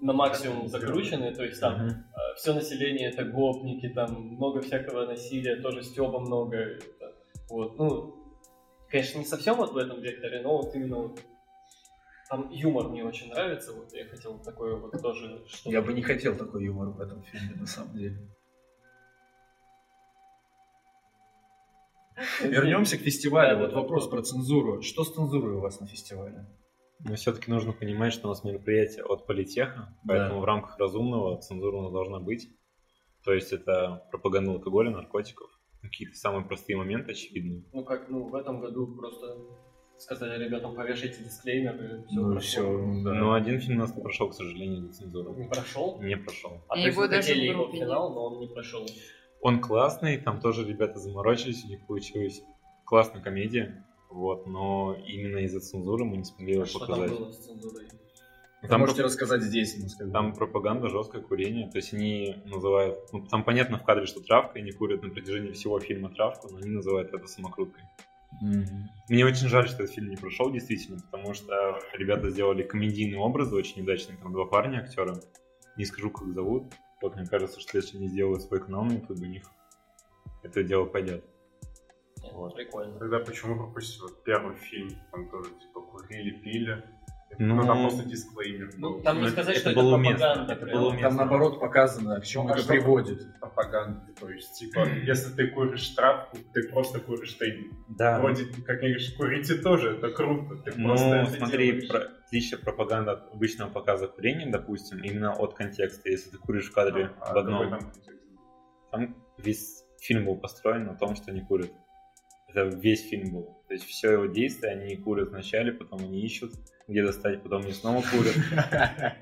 на максимум закручены, то есть там
Мгм.
все население это гопники, там много всякого насилия, тоже стеба много. это, вот, ну, конечно, не совсем вот в этом векторе, но вот именно вот там юмор мне очень нравится, вот я хотел такое вот тоже, что
Я бы не хотел такой юмор в этом фильме, на самом деле. Вернемся к фестивалю. Вот
Да-да-да.
вопрос про цензуру. Что с цензурой у вас на фестивале?
Но все-таки нужно понимать, что у нас мероприятие от политеха, поэтому в рамках разумного цензура у нас должна быть. То есть это пропаганда алкоголя, наркотиков, какие-то самые простые моменты, очевидные.
Ну как, ну в этом году просто сказали ребятам, повешайте дисклеймер, и все
Ну,
прошло.
всё, да. Но один фильм у нас не прошел, к сожалению, лицензуру.
Не прошел.
Не прошел.
А
И
то есть
его
мы
даже
хотели
в
его в
группе
финал, но он не прошел.
Он классный, там тоже ребята заморочились, у них получилась классная комедия. Вот, но именно из-за цензуры мы не смогли его
А Что там
показать.
было с цензурой?
Вы
Ну, Там
можете рассказать здесь. мы скажем.
Там пропаганда, жесткое курение. То есть они называют... Ну, там понятно в кадре, что травка, и они курят на протяжении всего фильма травку, но они называют это самокруткой. Мне очень жаль, что этот фильм не прошел, действительно, потому что ребята сделали комедийные образы очень удачные. Там два парня, актера. Не скажу, как зовут. Вот мне кажется, что если они сделают свой канал на YouTube, у них это дело пойдет. Вот.
Прикольно.
Тогда почему пропустил вот первый фильм? Там тоже типа курили, пили.
Ну,
Ну, там просто дисклеймер.
Ну,
был.
там не
это-
сказать,
это
что
было
это
уместно,
пропаганда.
это
прям.
было уместно.
Там наоборот показано, к чему
Ну, а
это
что-
приводит. Пропаганда. То есть, типа, если ты куришь травку, ты просто куришь ты.
Да.
Вроде, как говоришь, курите тоже, это круто. Ты
Ну,
просто это
смотри,
делаешь. А,
про... отличие пропаганды от обычного показа курения, допустим, именно от контекста. Если ты куришь в кадре
А,
в одном,
какой
там...
там контекст?
весь фильм был построен на том, что они курят. Это весь фильм был. То есть все его действие, они курят вначале, потом они ищут, где достать, потом они снова курят.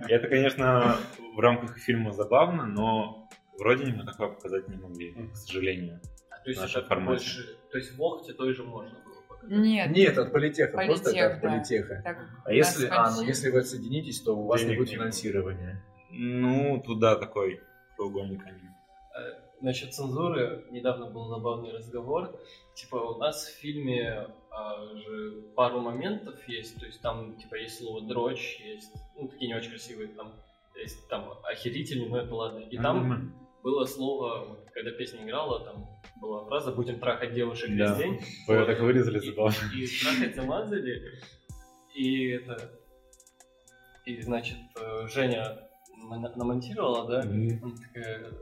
И это, конечно, в рамках фильма забавно, но вроде мы такое показать не могли, к сожалению.
То есть
нашем
это
формате.
больше... То есть в Лохте той же можно было показать.
Нет,
Нет, от политеха, просто
Политех,
это от
да.
политеха.
так
А если,
нас
а, ну,
почти-
если вы отсоединитесь, то у вас не
Денег
будет
не будет.
финансирования.
Ну, туда такой треугольник они.
Э, Насчет цензуры недавно был забавный разговор. Типа у нас в фильме а, же пару моментов есть, то есть там типа есть слово дрочь, есть ну такие не очень красивые там есть там охерительный, но это ладно. И там было слово, вот, когда песня играла, там была фраза «Будем трахать девушек
Да.
весь день».
Вы это так вырезали
И-
забавно.
И, трахать замазали, и это... И, значит, э, Женя мон- намонтировала, да, она такая,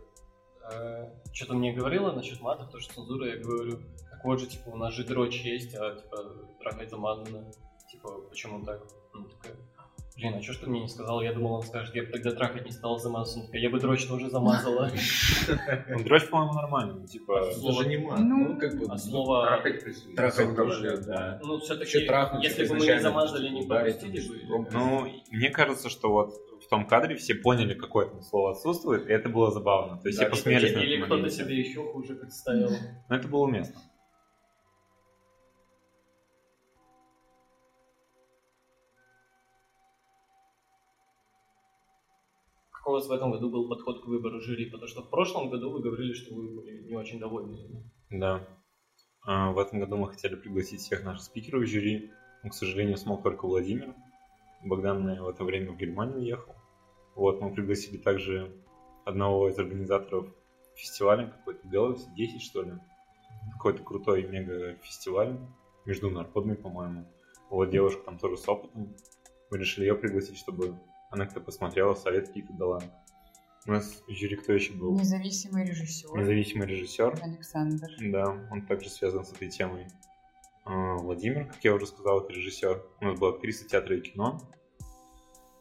что-то мне говорила насчет матов, тоже цензура, я говорю, так вот же, типа, у нас же дрочь есть, а, типа, трахать замазано. Типа, почему так? Она такая, блин, а что ж ты мне не сказал? Я думал, он скажет, я бы тогда трахать не стал замазывать. Она такая, я бы дрочь тоже замазала.
Ну, дрочь, по-моему, нормально. ну, Типа,
Слово-
Даже не мат.
Ну,
Ну, как бы... ну,
А слово...
Трахать присутствует.
Трахать тоже,
тоже,
да.
Ну,
Вообще
все-таки,
трахнуть,
если бы мы не
изначально
замазали, не
ударить,
пропустили бы.
громко.
ну, мне кажется, что вот в том кадре все поняли, какое там слово отсутствует, и это было забавно. То есть
Да,
все
типа,
посмеялись на
Или
этом
кто-то
моменте.
себе еще хуже представил.
Но это было уместно.
Как у вас в этом году был подход к выбору жюри? Потому что в прошлом году вы говорили, что вы были не очень довольны.
Да. А, В этом году мы хотели пригласить всех наших спикеров в жюри, но, к сожалению, смог только Владимир. Богдан на- в это время в Германию уехал. Вот, мы пригласили также одного из организаторов фестиваля, какой-то Беларусь, 10 что ли. Какой-то крутой мега-фестиваль, международный, по-моему. Вот девушка там тоже с опытом. Мы решили ее пригласить, чтобы она как-то посмотрела, совет какие-то дала. У нас в жюри кто еще был?
Независимый режиссер
Независимый режиссер.
Александр.
Да, он также связан с этой темой. А, Владимир, как я уже сказал, это режиссер. У нас была актриса театра и кино.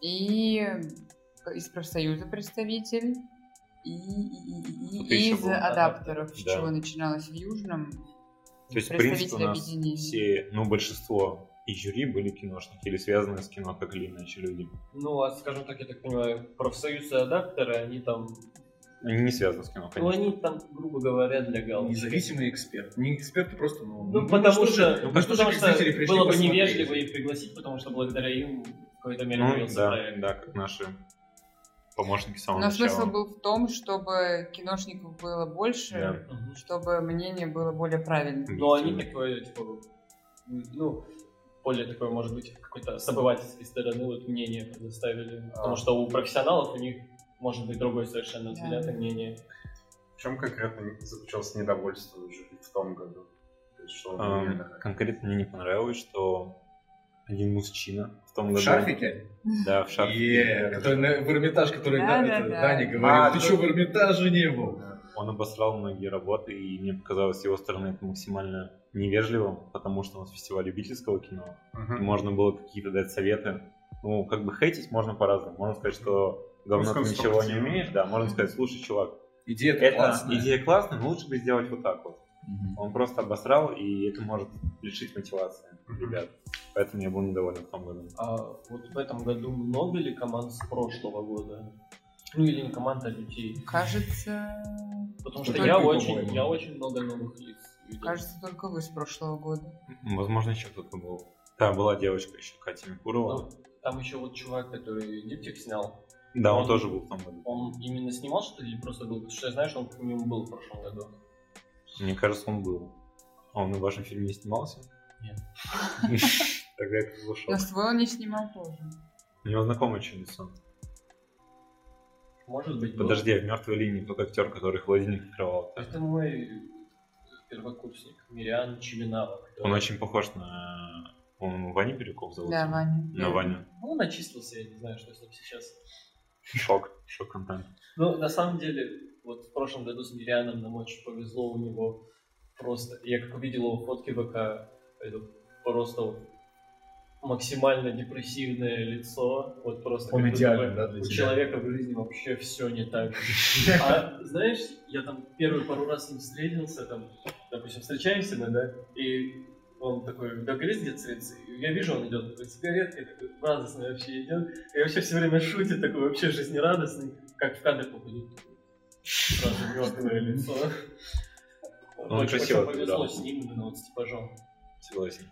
И из профсоюза представитель. И, и- и- и-
Кто-то
и
еще
из
был,
адаптеров, с
да.
чего начиналось в Южном.
То есть, в
Представитель
принципе, у нас
объединения.
все, ну, большинство и жюри были киношники или связаны с кино, так или иначе, люди.
Ну, а скажем так, я так понимаю, профсоюзы адаптеры, они там...
Они не связаны с кино,
Ну,
конечно.
они там, грубо говоря, для галочки.
Независимый эксперт. Не эксперт, а просто... Ну,
Ну,
ну,
потому
же-
что,
ну,
потому
что же
что
представители пришли
было бы
посмотреть?
невежливо их пригласить, потому что благодаря им в какой-то мере
Ну,
появился
да,
проект.
да, как наши помощники с самого
Но
начала.
Ну, а смысл был в том, чтобы киношников было больше,
Да.
Мгм.
чтобы мнение было более правильным.
Но они
Объективно.
такое, типа, ну, более такое, может быть, какой-то с обывательской стороны вот мнение предоставили. Потому что у профессионалов у них может быть другое совершенно взгляд и
Да.
мнение.
В чем конкретно заключалось недовольство в жюри в том году? То есть, что
Эм,
они именно-
конкретно мне не понравилось, что один мужчина в том
В
году...
шарфике?
Да, в шарфике.
Е, который на- в Эрмитаж, который
Да,
да,
да,
это,
да.
Даня
А,
говорил. Ты
да.
что, в Эрмитаже не был?
Он обосрал многие работы, и мне показалось, с его стороны это максимально невежливо, потому что у нас фестиваль любительского кино, и
Мгм.
можно было какие-то дать советы. Ну, как бы хейтить можно по-разному. Можно сказать, что говно ты
Русском
ничего не
спортивном.
умеешь, да, можно сказать, слушай, чувак,
Идея
это
классная.
идея классная, но лучше бы сделать вот так вот.
Мгм.
Он просто обосрал, и это может лишить мотивации ребят. Поэтому я был недоволен в том году.
А вот в этом году много ли команд с прошлого года? Ну или не команд, а людей.
Кажется,
Потому что
Только
я
ты,
очень,
по-моему.
я очень много новых лиц видел.
кажется, только вы с прошлого года.
Возможно, еще кто-то был. Да, была девочка еще, Катя Микурова.
Ну, там еще вот чувак, который диптик снял,
да, он
он-
тоже был в том году.
он именно снимал что ли или просто был? Потому что я знаю, что он к нему был в прошлом году.
Мне кажется, он был. А он и в вашем фильме не снимался?
Нет.
Тогда я
Но
был шок.
свой он не снимал тоже.
У него знакомое очень лицо.
Может быть, был.
Подожди, а в мертвой линии тот актер, который холодильник открывал.
Это мой э, первокурсник, Мириан Чиминава. который-
Он очень похож на... Он Ваню Бирюков зовут?
Да, Ваня.
На Ваню.
Ну, он очистился, я не знаю, что с ним сейчас.
Шок. Шок контент.
Ну, на самом деле, вот в прошлом году с Мирианом нам очень повезло, у него просто, я как увидел его фотки в ВК, это просто максимально депрессивное лицо, вот просто
Он
как будто
идеален,
бы
да, для
у
тебя?
человека в жизни вообще все не так. А знаешь, я там первые пару раз с ним встретился, там, допустим, встречаемся мы, да, и он такой, да, горит где цвет? Я вижу, он идет с сигареткой, такой радостный вообще идет. И вообще все время шутит, такой вообще жизнерадостный, как в кадр попадет. Сразу мертвое лицо.
Он красиво
очень повезло
отыграл.
с ним, именно вот с типажом.
Согласен.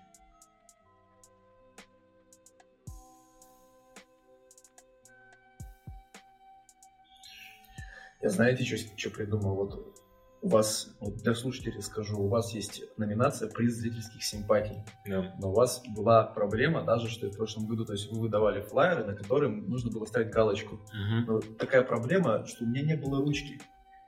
Я знаете, что придумал? Вот у вас, вот для слушателей скажу, у вас есть номинация «Приз зрительских симпатий».
Да.
Но у вас была проблема даже, что и в прошлом году, то есть вы выдавали флайеры, на которым нужно было ставить галочку. Но такая проблема, что у меня не было ручки.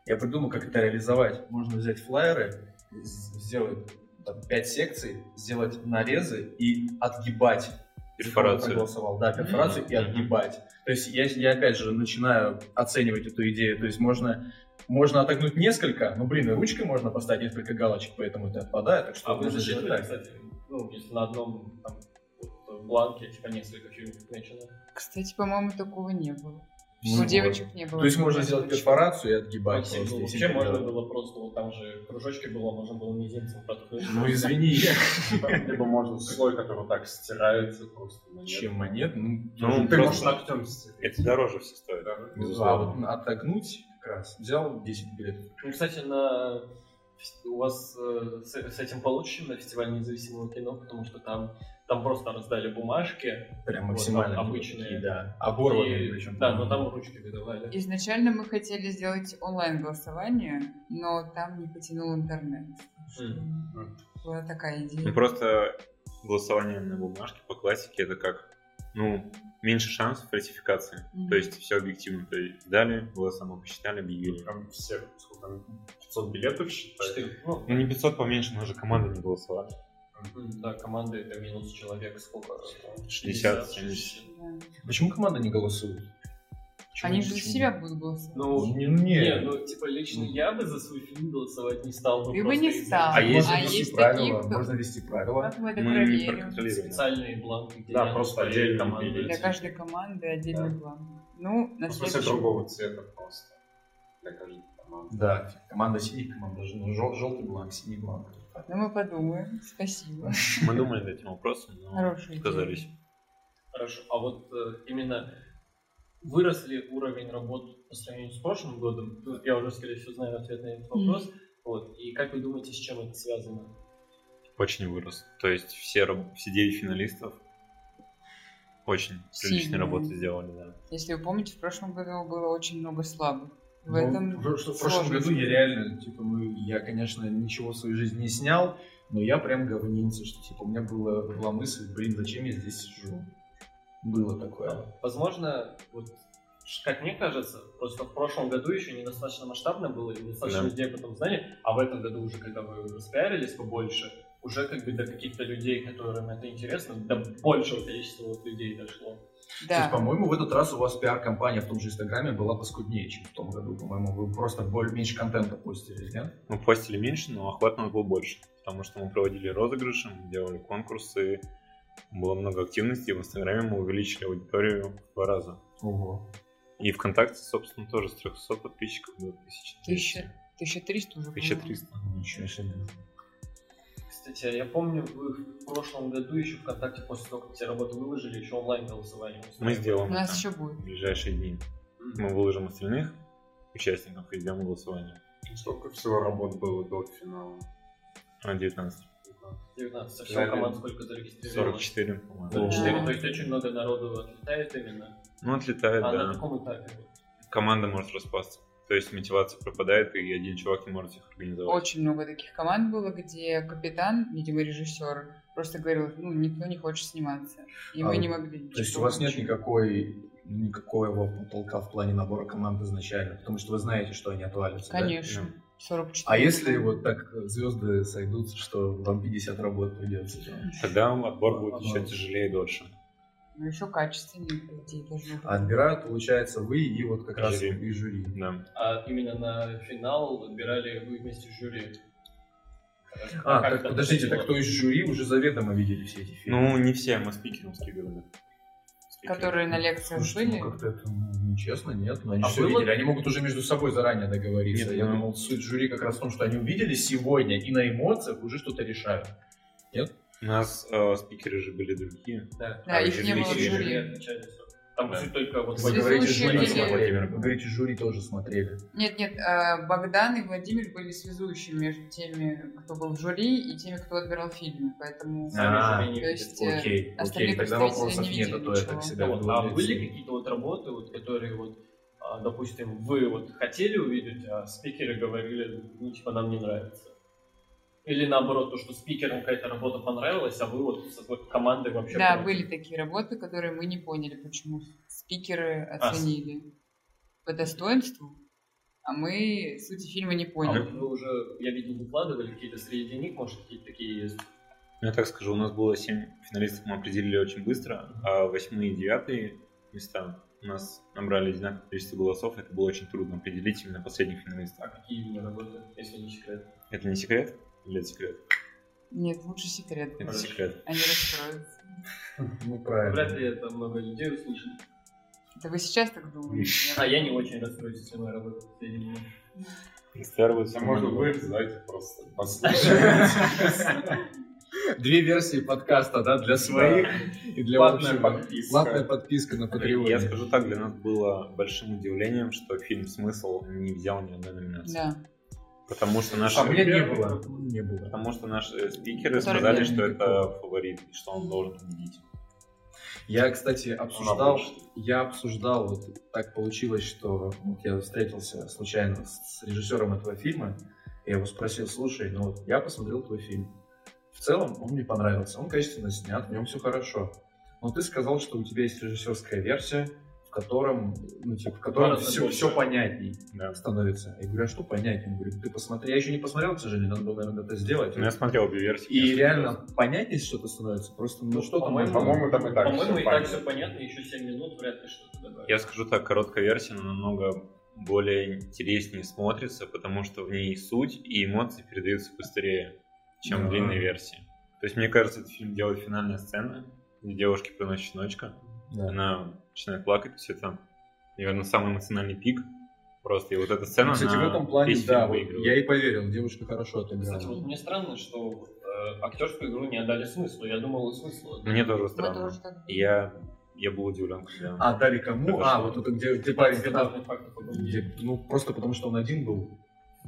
Я придумал, как это реализовать. Можно взять флайеры, с- сделать там, 5 секций, сделать нарезы и отгибать.
Перфорацию.
Проголосовал, да, перфорацию и
Мгм.
отгибать. То есть я, я опять же начинаю оценивать эту идею. То есть можно, можно отогнуть несколько, но, блин, и ручкой можно поставить несколько галочек, поэтому это отпадает. Так что
А вы
можно
зачем
делать
это,
так.
кстати, ну, если на одном там вот, бланке, типа несколько фильмов отмечено.
Кстати, по-моему, такого не было.
Ну,
У девочек не было.
То есть можно
такого.
сделать перфорацию и отгибать.
Максим,
просто,
ну,
если
вообще
это
можно
делать.
было просто, вот там же кружочки было, можно было мизинцем проткнуть.
Ну извини, я-
типа, Либо можно слой, который вот так стирается просто. на нет.
чем монет, ну,
Ну,
Ты
ты
просто-
можешь ногтем стереть.
Это дороже все стоит.
ну,
можешь- а вот отогнуть как раз. Взял 10 билетов.
Ну, кстати, на... фес- у вас э, с, с этим получше на фестивале независимого кино, потому что там, там просто раздали бумажки.
Прям
Вот,
максимально.
там обычные.
такие, да.
и-
Оборванные причем.
Да, но там ручки выдавали.
Изначально мы хотели сделать онлайн-голосование, но там не потянул интернет. Была такая
Ну,
идея.
просто голосование на бумажке по классике это как, ну, меньше шансов фальсификации.
Мгм.
То есть все объективно. То есть дали, голосом посчитали, объявили.
Прям все, сколько там, 500 билетов считают.
Четыре. Ну,
Ну, не 500 поменьше, мы же команда не голосовали.
м, да, команды это минус человек сколько?
60,
60.
Да.
Почему команда не голосует?
Они же за
почему?
себя будут голосовать.
Ну,
Не, ну, не.
не, ну, типа, лично я бы за свой фильм голосовать не стал. ну,
Ты бы
просто
не
из-за
стал.
а есть,
а
вести
есть
правила,
такие, кто-
можно вести правила.
Как мы это
Мы не
проверим?
проконтролируем.
Специальные бланки. где
Да,
я
просто
распределю
отдельно
команды.
выделить.
Для каждой команды отдельный
Да.
план. Ну, на
Ну, в смысле
следующем-
другого цвета просто. Для каждой команды.
Да, команда синих, команда желтый бланк, синий бланк.
Ну, мы подумаем. Спасибо.
Мы думали типа. над этим вопросом, но
Хорошая идея.
отказались.
Хорошо. А вот э, именно вырос ли уровень работ по сравнению с прошлым годом? Ну, Я уже, скорее всего, знаю ответ на этот вопрос. Вот. И как вы думаете, с чем это связано?
Очень вырос. То есть все, раб- все 9 финалистов очень приличные
Сильные.
работы сделали, да.
Если вы помните, в прошлом году было очень много слабых. В этом
Ну, в прошлом
сложность.
году я реально, типа, мы, я, конечно, ничего в своей жизни не снял, но я прям говнился, что, типа, у меня была, была мысль, блин, зачем я здесь сижу? Было такое.
А, Возможно, вот ш- как мне кажется, просто в прошлом году еще недостаточно масштабно было, и недостаточно
Да.
людей об этом знали, а в этом году уже, когда вы распиарились побольше, уже как бы до каких-то людей, которым это интересно, до большего количества вот людей дошло.
То есть,
Да.
по-моему, в этот раз у вас пиар-компания в том же Инстаграме была поскуднее, чем в том году. По-моему, вы просто более меньше контента постили, да?
Мы постили меньше, но охват у нас был больше, потому что мы проводили розыгрыши, мы делали конкурсы, было много активности, и в Инстаграме мы увеличили аудиторию в два раза.
Ого.
И ВКонтакте, собственно, тоже с 300 подписчиков до 1000.
Тысяча 1300 уже. по-моему.
1300.
Ничего себе.
Кстати, а я помню, вы в прошлом году еще ВКонтакте после того, как все работы выложили, еще онлайн голосование
Мы
устроили.
У
сделаем это
нас еще будет.
в ближайшие дни. Мы выложим остальных участников и сделаем голосование.
Сколько всего работ было до финала?
А, 19.
19. А всего
Правильно.
команд сколько зарегистрировано?
44, по-моему.
44. То есть очень много народу отлетает именно.
Ну, отлетает,
А на
да.
каком этапе?
Команда может распасться. То есть мотивация пропадает, и один чувак не может их организовать.
Очень много таких команд было, где капитан, видимо, режиссер, просто говорил, ну, никто не хочет сниматься. И мы
А,
не могли.
То есть у вас нет никакой, никакого потолка в плане набора команд изначально, потому что вы знаете, что они отвалятся. да?
Конечно.
Ну.
44.
А если вот так звезды сойдутся, что вам 50 работ придется делать?
Тогда отбор будет еще
Ага.
тяжелее и дольше.
Ну, еще качественнее, по идее, должно быть.
А отбирают, получается, вы и вот как раз
Жюри.
и жюри.
Да.
А именно на финал отбирали вы вместе с жюри.
А,
как
так,
это
подождите,
было?
так то есть жюри уже заведомо видели все эти фильмы?
Ну, не все, мы спикером скидывали. Спикеры.
Которые на лекциях
Слушайте,
были.
ну как-то это ну, нечестно, нет? Но они
А
все
было?
видели, они могут уже между собой заранее договориться.
Нет,
Я
ну-
думал, суть жюри как раз в том, что они увидели сегодня и на эмоциях уже что-то решают.
У нас э, спикеры же были другие.
Да.
Да,
А,
их не
жюри
было в
сидели.
жюри.
отличались. Там
Да.
суть только вот
Вы говорите,
Связующие
жюри
были.
смотрели. Вы говорите, жюри тоже смотрели.
Нет, нет, э, Богдан и Владимир были связующими между теми, кто был в жюри, и теми, кто отбирал фильмы. Поэтому
А,
сами жюри не
то
видели.
есть, э,
Окей,
остальные
окей, тогда
представители
вопросов
не
нет, а
видели
то я
ничего.
так себя
Да, вот.
веду.
а были какие-то вот работы, вот, которые вот, а, допустим, вы вот хотели увидеть, а спикеры говорили, ну, типа, нам не нравится? Или наоборот, то, что спикерам какая-то работа понравилась, а вы вот с вот командой вообще...
Да,
против?
были такие работы, которые мы не поняли, почему спикеры
А, с-
оценили по достоинству, а мы сути фильма не
А
поняли.
вот вы уже, я видел, выкладывали какие-то среди них, может, какие-то такие есть?
Ну, Я так скажу, у нас было 7 финалистов, мы определили очень быстро, а восьмые и девятые места у нас набрали одинаковое количество голосов, это было очень трудно определить именно последних
А
финалистов.
какие именно работы, если не секрет?
Это не секрет? Или это секрет?
Нет, лучше секрет.
Это
Хорошо.
секрет.
Они расстроятся.
Ну,
Вряд
правильно.
ли это много людей услышит.
Это вы сейчас так думаете?
А я не очень расстроюсь, если моя работа среди них.
Это
Рестарвуется.
можно вырезать, давайте просто послушаем.
Две версии подкаста, да, для своих и для
Платная
общего. Платная
подписка.
подписка на
Я
Patreon.
скажу так, для нас было большим удивлением, что фильм «Смысл» не взял ни одной номинации.
Да.
Потому что
А у
наши,
меня не было. Не было.
потому что наши спикеры
Который
сказали,
я
что
не
это фаворит, и что он должен победить.
Я, кстати, обсуждал, я обсуждал, вот так получилось, что вот я встретился случайно с, с режиссером этого фильма, я его спросил, слушай, ну вот я посмотрел твой фильм. В целом он мне понравился, он качественно снят, в нем все хорошо. Но ты сказал, что у тебя есть режиссерская версия, в котором, ну, типа, в котором
Гораздо
все,
больше.
все понятней
Да.
становится. Я говорю, а что понятнее? Он говорит, ты посмотри, я еще не посмотрел, к сожалению, надо было, наверное, это сделать.
Но я смотрел обе версии.
И
конечно,
реально понятнее что-то становится, просто ну что-то
по-моему,
По-моему, там и так
По-моему,
всё
и так
понятно.
все понятно, еще 7 минут вряд ли что-то добавят.
Я скажу так, короткая версия, но намного более интереснее смотрится, потому что в ней суть и эмоции передаются быстрее, чем
Да.
в длинной версии. То есть, мне кажется, этот фильм делает финальная сцена, где девушке приносит щеночка,
Да.
она начинает плакать, то есть это, наверное, самый эмоциональный пик просто. И вот эта сцена,
Ну, Кстати,
она
в этом плане,
весь
да,
фильм
вот
выигрывает.
я и поверил, девушка хорошо отыграла.
Кстати, вот мне странно, что э, актерскую игру не отдали смыслу. Я думал, смысл.
Мне тоже
Мы
странно.
тоже так думали.
Я, я был удивлен, когда...
А, дали кому?
Хорошо.
А, вот это где, где парень, где там-
фактов победил.
где- ну, просто потому что он один был.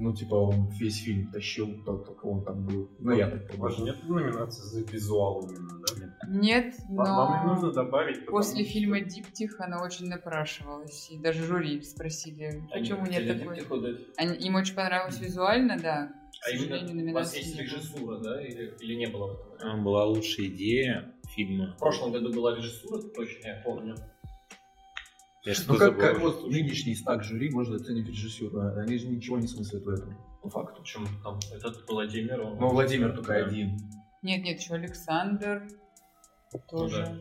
Ну, типа, он весь фильм тащил, то- только он там был. Ну, я так
У вас же
понимаю.
нет номинации за визуал именно, да?
Нет,
Вам и нужно
но
добавить, потому
после
что-
фильма «Диптих» она очень напрашивалась. И даже жюри спросили, почему
Они
нет
хотели
такой...
диптиху дать.
Они- Им очень понравилось визуально, да. К
А
сожалению,
именно у вас
номинации не
есть
было.
режиссура, да, или, или не было? в этом году?
Была лучшая идея фильма.
В прошлом году была режиссура, точно я помню.
Я что-то
Ну, как,
забыл
как
уже.
вот нынешний стак жюри можно оценить режиссеру? Они же ничего не смыслят в этом, по факту.
Почему там этот Владимир, он... ну
Но Владимир только
Да.
один.
Нет, нет, еще Александр тоже.
да.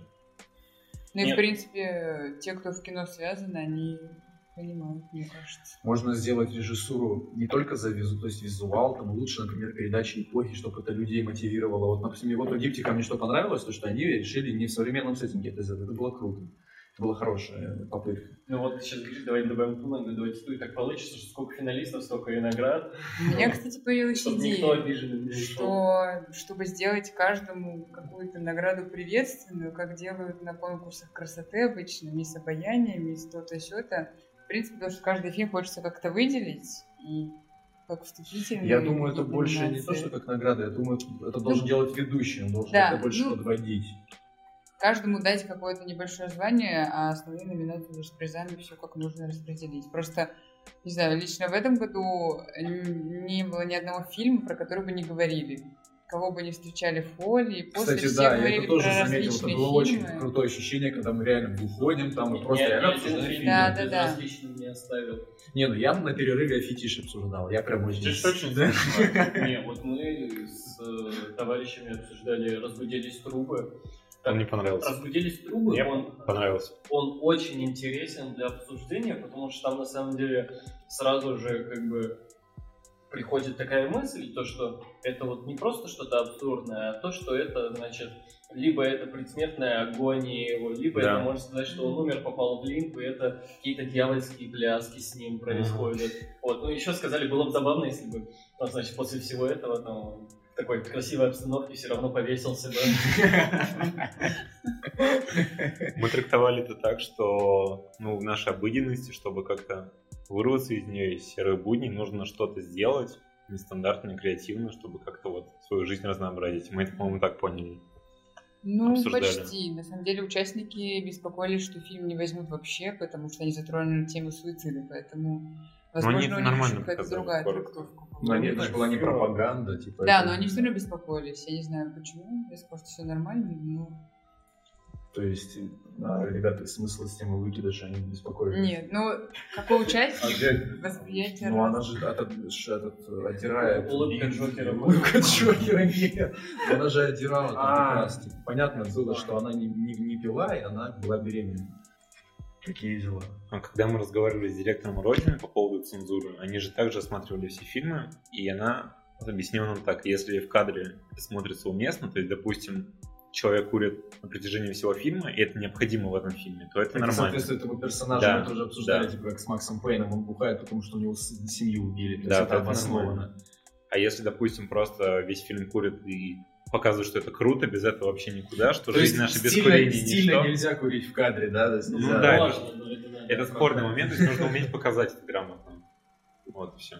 Ну, и
Нет.
в принципе, те, кто в кино связаны, они понимают, мне кажется.
Можно сделать режиссуру не только за визу, то есть визуал, там лучше, например, передачи эпохи, чтобы это людей мотивировало. Вот, например, вот у Диптика мне что понравилось, то что они решили не в современном сеттинге это сделать, это было круто. Это была хорошая попытка.
Ну вот ты сейчас говоришь, давай добавим команду, давайте тут и так получится, что сколько финалистов, столько и наград,
У меня, кстати, появилась
чтобы Ну, никто
идея,
обиженным не ушел.
что чтобы сделать каждому какую-то награду приветственную, как делают на конкурсах красоты обычно, мисс обаяние, мисс то-то, сё-то. В принципе, потому что каждый фильм хочется как-то выделить и как вступительный.
Я думаю, это больше не то, что как награда, я думаю, это должен делать ведущий, он должен
Да,
это больше
ну,
подводить.
каждому дать какое-то небольшое звание, а основные номинаты уже с призами все как нужно распределить. Просто, не знаю, лично в этом году н- не было ни одного фильма, про который бы не говорили. Кого бы не встречали в холле, и после
Кстати,
все
да, я
говорили
это тоже
про
заметил, это
различные
было очень
фильмы.
крутое ощущение, когда мы реально выходим там и просто
Ни
реально
один
обсуждаем
фильм
фильмы.
Да, да,
без
да.
различий не оставил.
Не, ну я на перерыве фетиш обсуждал, я прям очень...
Ты ж очень
Да.
Не, вот мы с э, товарищами обсуждали «Разбудились трубы».
Там мне понравился.
«Разбудились трубы»,
Мне
он,
Понравился.
он очень интересен для обсуждения, потому что там на самом деле сразу же как бы приходит такая мысль, то что это вот не просто что-то абсурдное, а то, что это, значит, либо это предсмертная агония его, либо
Да.
это можно сказать, что он умер, попал в линку, и это какие-то дьявольские пляски с ним происходят. Вот. Ну, еще сказали, было бы забавно, если бы, ну, значит, после всего этого, там, он в такой красивой обстановке все равно повесился бы.
Мы трактовали это так, что ну, в нашей обыденности, чтобы как-то вырваться из нее, из серых будней, нужно что-то сделать нестандартно, креативно, чтобы как-то вот свою жизнь разнообразить. Мы это, по-моему, так поняли.
Ну,
обсуждали.
почти. На самом деле участники беспокоились, что фильм не возьмут вообще, потому что они затронули тему суицида, поэтому, возможно,
они
у
это
них
нормально
еще какая-то
показали,
другая
коротко.
трактовка. была.
Ну, нет, это же была не пропаганда, типа...
Да,
это-
но они все равно беспокоились. Я не знаю, почему. Я сказала, что все нормально, но
То есть, а, ребята, смысл с темы выкидыша, они беспокоились.
Нет, ну какой
А
участник?
где-
Восприятие
Ну, она же от, от- ш- этот, э, отирает.
Улыбка Джокера.
Улыбка Джокера, нет. Она же отирала там
А.
как раз. типа, Понятно было, что она не, не, не пила, и она была беременна. Какие дела?
А когда мы разговаривали с директором Родины по поводу цензуры, они же также осматривали все фильмы, и она объяснила нам так, если в кадре это смотрится уместно, то есть, допустим, человек курит на протяжении всего фильма, и это необходимо в этом фильме, то это,
Это
нормально.
соответствует его персонажу,
Да,
мы тоже обсуждали,
да.
типа, как с Максом Пейном, он бухает, потому что у него с- семью убили, то
Да,
есть это
это
обосновано.
нормально. А если, допустим, просто весь фильм курит и показывает, что это круто, без этого вообще никуда, что жизнь наша без
стильно,
курения
стильно
ничто.
нельзя курить в кадре, да? То есть
Ну
нельзя-
да, это-
Можно, но это надо.
Это спорный момент, то есть нужно уметь показать это грамотно. Вот, все.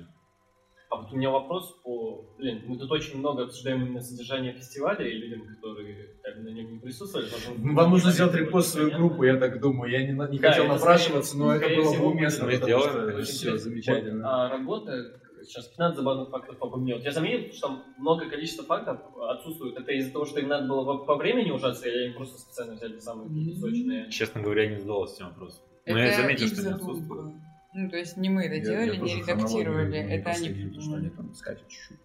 А вот у меня вопрос по... Блин, мы тут очень много обсуждаем именно содержание фестиваля и людям, которые как бы на нем не присутствовали. возможно,
Ну, Вам нужно
не
сделать
понятно,
репост в свою
понятно.
группу, я так думаю. Я не, на- не
Да,
хотел
это
напрашиваться, но
скорее-
это было
скорее
бы
всего,
уместно,
мы
потому
сделаем,
что
Очень
все
интересно.
замечательно.
Вот, а работа... Сейчас 15 забавных фактов обо мне. Вот я заметил, что там много количества фактов отсутствует. Это из-за того, что им надо было во- по времени ужаться, или они просто специально взяли самые такие сочные.
Честно говоря, я не задавался этим вопросом. Но
это
я заметил,
их
что они
задумка.
отсутствуют.
Ну, то есть не
а
мы это
Я- я
делали,
тоже
не
хронологию
редактировали.
не
это они
проследил, потому что они
придумали.
там скачут чуть-чуть.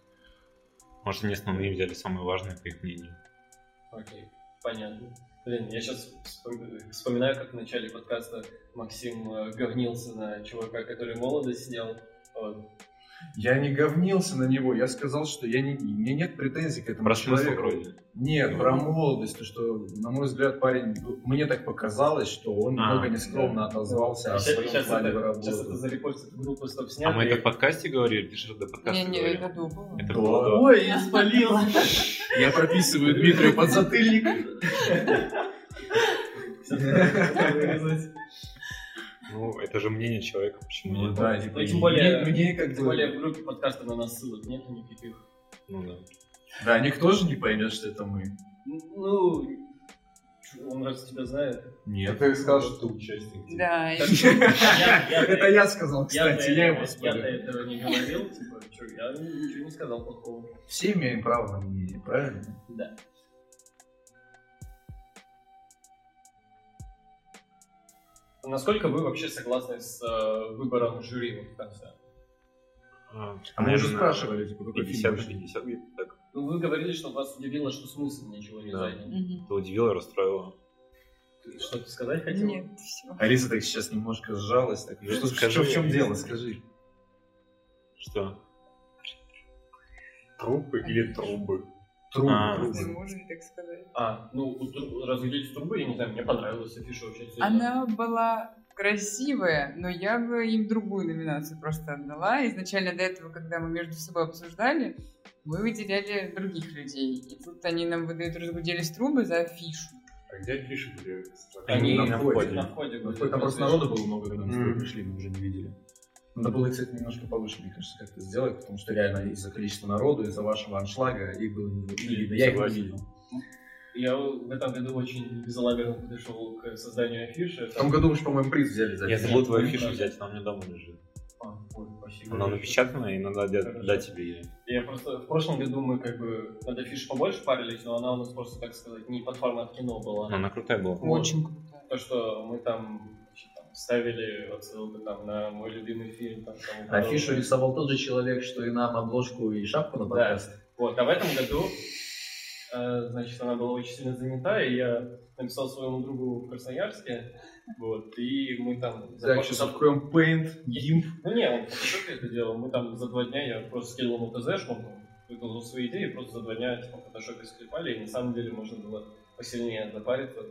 Может, они основные взяли самые важные, по их мнению.
Окей, понятно. Блин, я сейчас вспоминаю, как в начале подкаста Максим э, горнился на чувака, который молодо снял. Вот.
Я не говнился на него, я сказал, что я не, у меня нет претензий к этому
Про смысл
человеку.
вроде.
Нет, про
Ну.
молодость, то что, на мой взгляд, парень, мне так показалось, что он
А,
немного нескромно отозвался о
Сейчас,
своем плане
это,
работы.
сейчас это зарепостит в группу «Стоп
А
снято».
мы это в подкасте говорили? Ты же до
Не,
подкаста
не,
говорил.
это думала.
Это
Да.
было до.
Ой, я спалил.
Я прописываю Дмитрию подзатыльник.
Ну, это же мнение человека, почему
Ну
нет?
да, типа,
Ну, тем
мне-
более-
мне как
Тем
бы-
более в группе подкаста на нас ссылок нету никаких.
Ну да.
Да, никто же не поймет, что это мы.
Ну, чё, он раз тебя знает.
Нет.
ты сказал, что ты участник. типа.
Да, и-
Это я сказал,
Я
кстати, я его
до
спалил.
этого не говорил, типа, чё, я ничего не сказал плохого.
Все имеем право на мнение, правильно?
Да. Насколько вы вообще согласны с э, выбором жюри вот в конце?
А,
А мы уже
наверное,
спрашивали, типа, какой фильм
50 на
вышел.
50 где-то так.
Ну, вы говорили, что вас удивило, что смысл ничего не
Да.
занял.
Мгм.
Это удивило, расстроило.
Ты Что-то сказать хотел?
Нет, все.
Алиса так сейчас немножко сжалась. Так,
Ну,
что,
скажи,
что в чем
Алиса.
дело, скажи.
Что? Трупы или трубы?
Трубы,
А.
трубы.
можно так сказать.
А, ну, тру- разглядеть трубы, я не знаю, мне понравилась афиша вообще. всё.
Она была красивая, но я бы им другую номинацию просто отдала. Изначально до этого, когда мы между собой обсуждали, мы выделяли других людей. И тут они нам выдают разгуделись трубы за афишу.
А где афиши были?
Они
на
на
входе.
входе. На входе. были.
Там просто народу было много, когда мы с тобой
Мгм.
пришли, мы уже не видели. Надо Ну, было их, кстати, немножко повыше, мне кажется, как-то сделать, потому что реально из-за количества народу, из-за вашего аншлага их было не не видно. Я их не
Согласен.
видел.
Я в этом году очень безалаберно подошел к созданию афиши.
В том году уж, по-моему, приз взяли за
Я
это.
забыл твою афишу взять, она у меня дома лежит.
А, ой, спасибо.
Она напечатана, и надо дать,
Хорошо.
дать тебе ее.
Я просто в прошлом году мы как бы над афишей побольше парились, но она у нас просто, так сказать, не под формат кино была.
Она крутая была.
Вот.
Очень круто.
То, что мы там, значит, там ставили отсылку там, на мой любимый фильм. Там, тому подобное.
Афишу рисовал тот же человек, что и нам обложку и шапку на подкаст.
Вот, а в этом году, э, значит, она была очень сильно занята, и я написал своему другу в Красноярске, вот, и мы там... за
Так,
пару-
сейчас откроем Paint, GIMP.
Ну не, он в Photoshop это делал, мы там за два дня, я просто скинул ему ТЗ, он там выложил свои идеи, просто за два дня типа, в Photoshop скрипали, и на самом деле можно было посильнее запариться.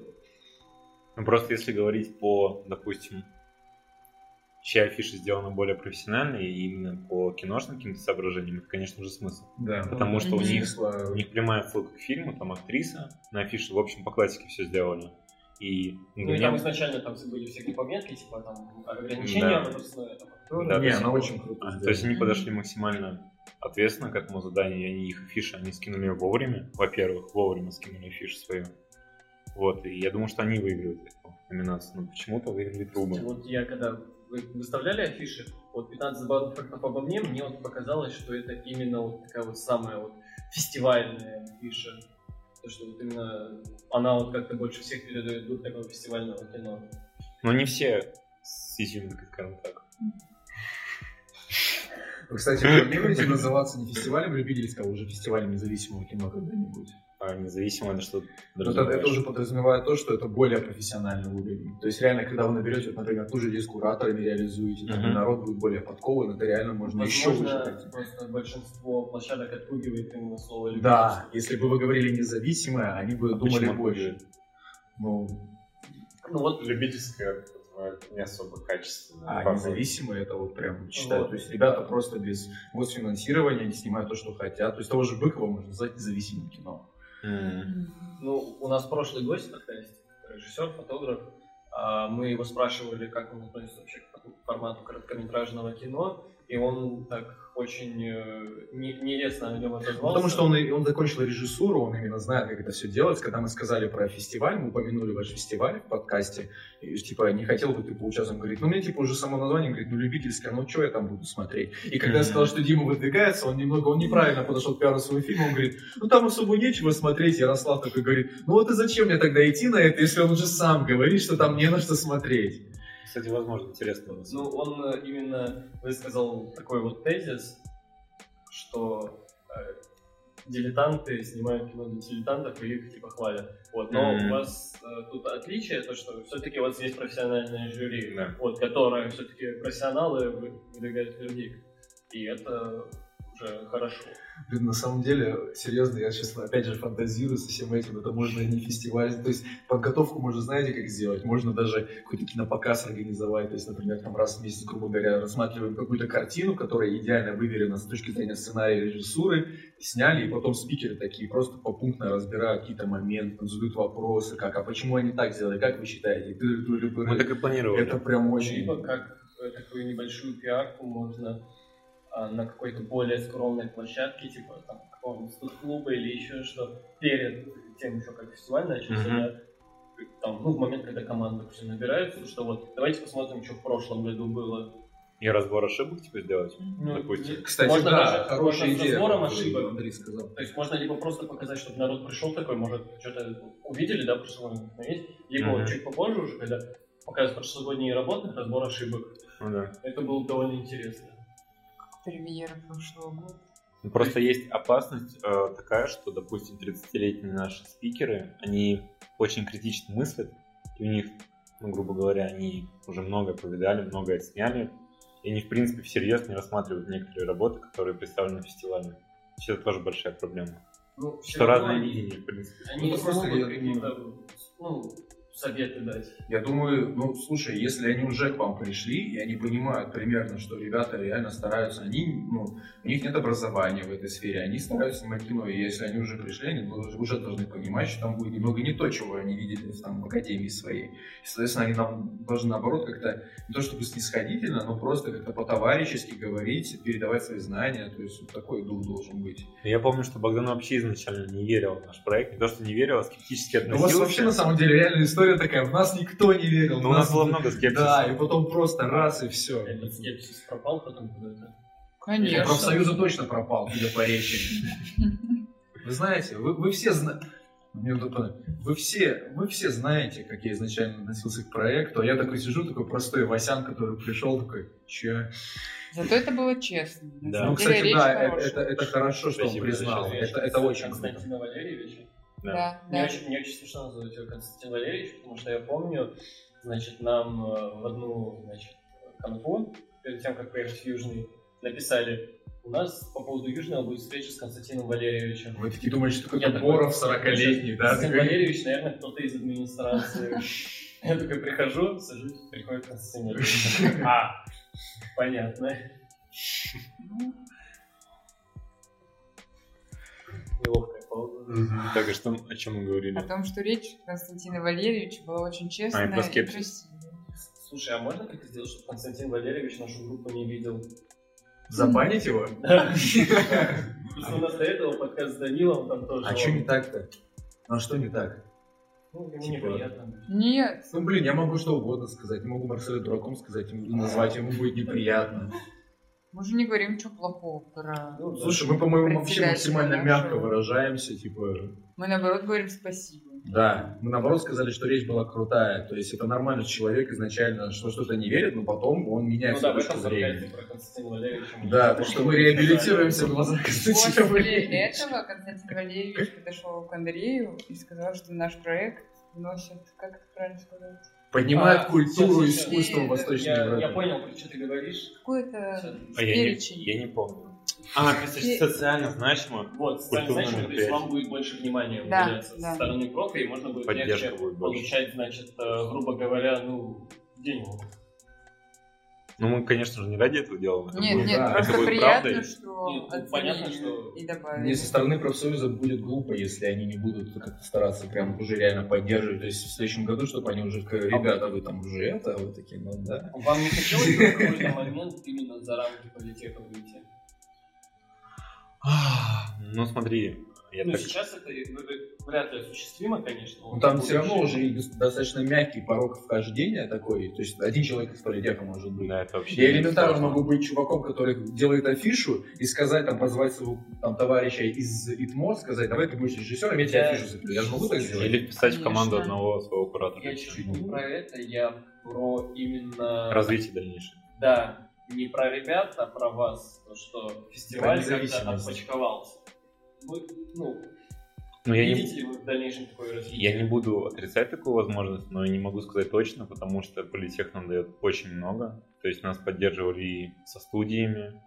Ну, просто если говорить по, допустим, чья афиша сделана более профессионально и именно по киношным каким-то соображениям, это, конечно же, смысл.
Да.
Потому что у
Мгм.
них, у них прпрямая отсылка к фильму, там актриса, на афише, в общем, по классике все сделали. И
Ну,
для
и
меня-
там изначально там были всякие пометки, типа там ограничения,
Да.
но просто... там, актеры.
Да,
не,
то есть-
она очень круто.
А,
сделана.
То есть они
Мгм.
подошли максимально ответственно к этому заданию, и они их афиши, они скинули её вовремя, во-первых, вовремя скинули афишу свою. Вот, и я думаю, что они выиграют эту номинацию, но почему-то выиграли
Слушайте,
трубы.
Вот я когда вы- выставляли афиши, вот 15 забавных фактов обо мне, мне вот показалось, что это именно вот такая вот самая вот фестивальная афиша. То, что вот именно она вот как-то больше всех передает дух такого фестивального кино.
Но не все с изюминкой, скажем так.
Вы, кстати, планируете называться не фестивалем любительского, а уже фестивалем независимого кино когда-нибудь?
А независимо это что
Вот Ну, это, это уже подразумевает то, что это более профессиональный уровень. То есть реально, когда вы наберете, вот, например, ту же диску кураторами реализуете, там,
Мгм.
и народ будет более подкован, это реально можно еще выше
Возможно,
пойти.
просто большинство площадок отпугивает именно слово любовь.
Да, если бы вы говорили независимое, они бы думали
почему
больше. Ну,
Ну вот,
Любительская э, не особо качественная.
а
Похоже.
независимое это вот прям считаю.
Вот.
То есть ребята просто без госфинансирования, они снимают то, что хотят. То есть того же Быкова можно назвать независимым кино.
М.
ну, у нас прошлый гость в подкасте, режиссер, фотограф, а, мы его спрашивали, как он относится вообще к такому формату короткометражного кино, и он так очень э, не- нелестно о нем отозвался.
Потому что он, и- он закончил режиссуру, он именно знает, как это все делать. Когда мы сказали про фестиваль, мы упомянули ваш фестиваль в подкасте, и, типа, не хотел бы ты поучаствовать. Он говорит, ну, мне, типа, уже само название, он говорит, ну, любительское, ну, что я там буду смотреть? И когда я сказал, что Дима выдвигается, он немного, он неправильно подошел к пиару своего фильма, он говорит, ну, там особо нечего смотреть. Ярослав такой говорит, ну, вот и зачем мне тогда идти на это, если он уже сам говорит, что там не на что смотреть?
Кстати, возможно, интересно.
Ну, он э, именно высказал такой вот тезис, что э, дилетанты снимают кино для дилетантов и их типа хвалят. Вот, но
Мгм.
у вас э, тут отличие, то что все-таки у вас есть профессиональное жюри,
Да.
вот, которые все-таки профессионалы вы- выдвигают людей. И это уже хорошо.
Блин, на самом деле, серьезно, я сейчас опять же фантазирую со всем этим. Это можно и не фестиваль. То есть подготовку можно, знаете, как сделать? Можно даже какой-то кинопоказ организовать. То есть, например, там раз в месяц, грубо говоря, рассматриваем какую-то картину, которая идеально выверена с точки зрения сценария и режиссуры, сняли, и потом спикеры такие просто попунктно разбирают какие-то моменты, там, задают вопросы, как, а почему они так сделали, как вы считаете? Тыры-тыры-пыры.
Мы так и планировали.
Это прям очень...
Либо как э, такую небольшую пиарку можно а, на какой-то более скромной площадке, типа там какого-нибудь клуба или еще что, перед тем еще как фестиваль начался,
Мгм.
да, там, ну, в момент, когда команда уже набирается, что вот, давайте посмотрим, что в прошлом году было.
И разбор ошибок типа сделать.
Ну,
Допустим.
и-
Кстати,
можно
да,
даже-
хорошая
можно с
идея.
разбором
которую
ошибок.
Андрей сказал.
То есть можно либо просто показать, чтобы народ пришел такой, может, что-то увидели, да, прошлогодние есть, либо
Мгм.
вот чуть попозже уже, когда показывают прошлогодние работы, разбор ошибок.
Ну да.
Это было довольно интересно.
Премьера прошлого года.
Ну, Просто есть опасность э, такая, что, допустим, 30-летние наши спикеры, они очень критично мыслят, и у них, ну, грубо говоря, они уже многое повидали, многое отсняли, и они, в принципе, всерьез не рассматривают некоторые работы, которые представлены на фестивале. То есть Это тоже большая проблема.
Ну, всё
Что
равно
разное
они-
видение, в принципе.
Они
Ну,
не
это просто
смогут
я думаю.
какие-то, ну, советы дать.
Я думаю, ну, слушай, если они уже к вам пришли, и они понимают примерно, что ребята реально стараются, они, ну, у них нет образования в этой сфере, они стараются снимать кино, и если они уже пришли, они должны- уже должны понимать, что там будет немного не то, чего они видели там, в академии своей. И, соответственно, они нам должны, наоборот, как-то, не то чтобы снисходительно, но просто как-то по-товарищески говорить, передавать свои знания, то есть вот такой дух должен быть.
Я помню, что Богдан вообще изначально не верил в наш проект. Не то, что не верил, а скептически
У вас
относился.
вообще, на самом деле, реальная история такая, в нас никто не верил.
Но Ну, у нас было много
Да,
скептиков.
и потом просто раз и все.
Этот скепсис пропал потом куда-то.
Конечно.
Профсоюза точно пропал, судя по речи. Вы знаете, вы, вы все знаете. Вы все, вы все знаете, как я изначально относился к проекту, а я такой сижу, такой простой Васян, который пришел, такой, че?
Зато это было честно. На
Да.
самом
Ну,
деле,
кстати,
речь
да, это,
хорошая.
это- это хорошо, что он
Спасибо
признал,
большое.
это, это очень круто.
Константина Валерьевича.
Да.
Да,
Мне
да.
очень, мне очень смешно называть его Константин Валерьевич, потому что я помню, значит, нам э, в одну, значит, конфу, перед тем, как поехать в Южный, написали, у нас по поводу Южного будет встреча с Константином Валерьевичем.
Вы такие думаете, что
Я
какой-то
думаю,
Боров 40-летний, да?
Константин
такой?
Валерьевич, наверное, кто-то из администрации. Я такой прихожу, сажусь, приходит Константин Валерьевич. А, понятно.
Ну,
Неловкая пауза.
Так, и что, о чем мы говорили?
о том, что речь Константина Валерьевича была очень
А,
честная
и про
и
скепсис.
красивая.
Слушай, а можно как-то сделать, чтобы Константин Валерьевич нашу группу не видел?
Забанить его?
Просто у нас до этого подкаст с Данилом, там тоже...
А
он-
что не так-то? А что не так?
Ну, ему
Типа-
неприятно.
Нет,
Ну, блин, я могу что угодно сказать. Я могу Марселя дураком сказать, ему- назвать ему будет неприятно.
мы же не говорим ничего плохого про...
Ну, да.
Слушай, мы, по-моему, вообще
Председатель
максимально
нашего.
мягко выражаемся, типа,
Мы наоборот говорим спасибо.
да. Мы, наоборот, сказали, что речь была крутая. То есть это нормально, что человек изначально что что-то не верит, но потом он
ну
меняет
да,
свою
в
точку
этом
зрения.
подкасте про Константина Валерьевича.
Да,
мы не
так что
можем
мы
сказать.
реабилитируемся в глазах Константина
После
Валерьевича.
этого Константин Валерьевич подошел к Андрею и сказал, что наш проект носит, как это правильно сказать,
Поднимает
А,
культуру и
сейчас, сейчас,
искусство в
я-
Восточной
Я, я
Европе.
понял, что ты говоришь.
какой-то
А я не,
перечень.
я не помню. А, то есть социально значимо.
Вот, сами
Культурное
знаешь, то есть
мероприятие.
вам будет больше внимания
Да,
уделяться
да.
со стороны профи, и можно будет
Поддержка
легче
будет больше.
получать, значит, э, грубо говоря, ну, денег.
Ну, мы, конечно же, не ради этого делаем. это
Нет,
будет-
нет,
да,
просто
это будет
приятно,
правдой.
что
Нет, ну,
оценили
понятно, что
и
Мне
добавили.
со стороны профсоюза будет глупо, если они не будут как-то стараться прям уже реально поддерживать. То есть в следующем году, чтобы они уже,
А
сказали, ребята, вы там уже это, а вы такие, ну да.
Вам не хотелось бы в какой-то момент именно за рамки политеха выйти? А,
Ах, Ну, смотри, я
ну,
так...
сейчас это, это вряд ли осуществимо, конечно.
Ну, там все равно уже и достаточно мягкий порог вхождения такой. То есть один человек из политеха может быть.
Да, это вообще
Я
не
элементарно
сложно.
могу быть чуваком, который делает афишу, и сказать, там, позвать своего там, товарища из ИТМО, сказать, давай ты будешь режиссером, я тебе
Я-
афишу запилю. Я же могу так сделать?
Или вписать в команду
Конечно.
одного своего куратора.
Я чуть не про это, я про именно...
Развитие дальнейшее.
Да, не про ребят, а про вас, то, что фестиваль как-то
независимость.
отпочковался. Вы, ну,
Ну, я не,
видите ли вы в дальнейшем такое развитие?
я не буду отрицать такую возможность, но я не могу сказать точно, потому что политех нам дает очень много. То есть нас поддерживали и со студиями,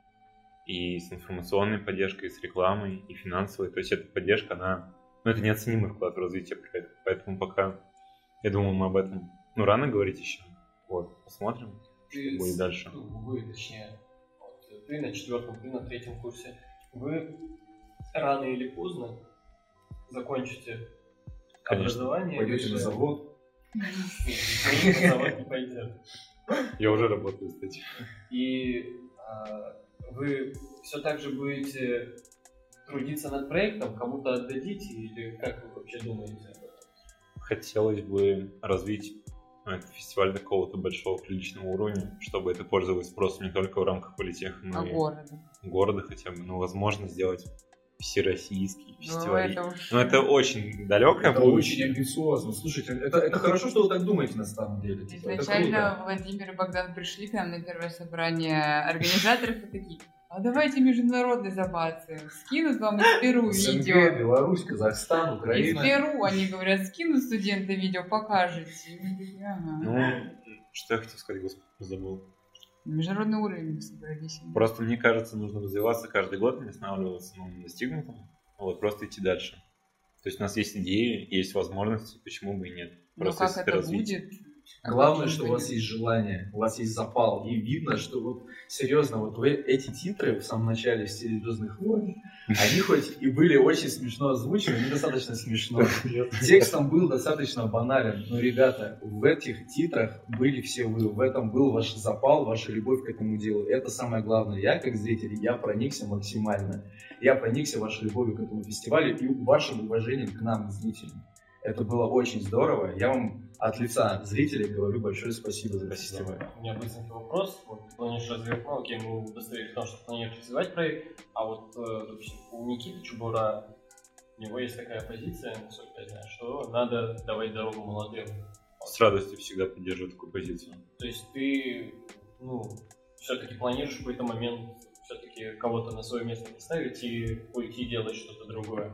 и с информационной поддержкой, и с рекламой, и финансовой. То есть эта поддержка, она... Ну, это неоценимый вклад в развитие проекта. Поэтому пока, я думаю, мы об этом... Ну, рано говорить еще. Вот, посмотрим,
Ты
что будет
с-
дальше.
ну, Вы, точнее, вот, ты на четвертом, ты на третьем курсе. Вы рано или поздно закончите А
Конечно.
образование.
Пойдете на
Нет,
завод.
никто на завод не пойдет.
Я уже работаю, кстати.
и а, вы все так же будете трудиться над проектом, кому-то отдадите, или как вы вообще думаете об этом?
хотелось бы развить ну, этот фестиваль до какого-то большого приличного уровня, чтобы это пользовалось спросом не только в рамках политеха,
А
но и
города.
города хотя бы, но возможно сделать всероссийский
Ну,
фестиваль.
это уж...
Но это очень далекое
Это очень
будущее.
амбициозно. Слушайте, это, это хорошо, что вы так думаете на самом деле. Типа, это круто.
Изначально Владимир и Богдан пришли к нам на первое собрание организаторов и такие, а давайте международный забацаем, скинут вам из Перу
СНГ,
видео.
Беларусь, Казахстан,
Из
Украина.
Перу, они говорят, скинут студенты видео, покажете. И мы такие, «Ага».
Ну, что я хотел сказать, господи, забыл.
На Международный уровень мы собрались.
Просто мне кажется, нужно развиваться каждый год, не останавливаться на достигнутом. а Вот, просто идти дальше. То есть у нас есть идеи, есть возможности, почему бы и нет.
Ну
Просто
как
если ты
это
развить-
будет?
А Главное,
Как
что у
это
вас
будет?
есть желание, у вас есть запал. И видно, что вот серьезно, вот вы- эти титры в самом начале в стиле «Звездных войн», они хоть и были очень смешно озвучены, но достаточно смешно. Текстом был достаточно банален, но, ребята, в этих титрах были все вы, в этом был ваш запал, ваша любовь к этому делу. Это самое главное. Я, как зритель, я проникся максимально. Я проникся вашей любовью к этому фестивалю и вашим уважением к нам, зрителям. Это было очень здорово. Я вам от лица зрителей говорю большое спасибо за этот фестиваль.
У меня быстренький вопрос. Вот ты планируешь развивать, ну окей, мы удостоверились в том, что ты планируешь развивать проект, а вот э, допустим, у Никиты Чубура, у него есть такая позиция, насколько я знаю, что надо давать дорогу молодым.
С радостью всегда поддерживаю такую позицию.
То есть ты, ну, все-таки планируешь в какой-то момент все-таки кого-то на свое место поставить и уйти делать что-то другое.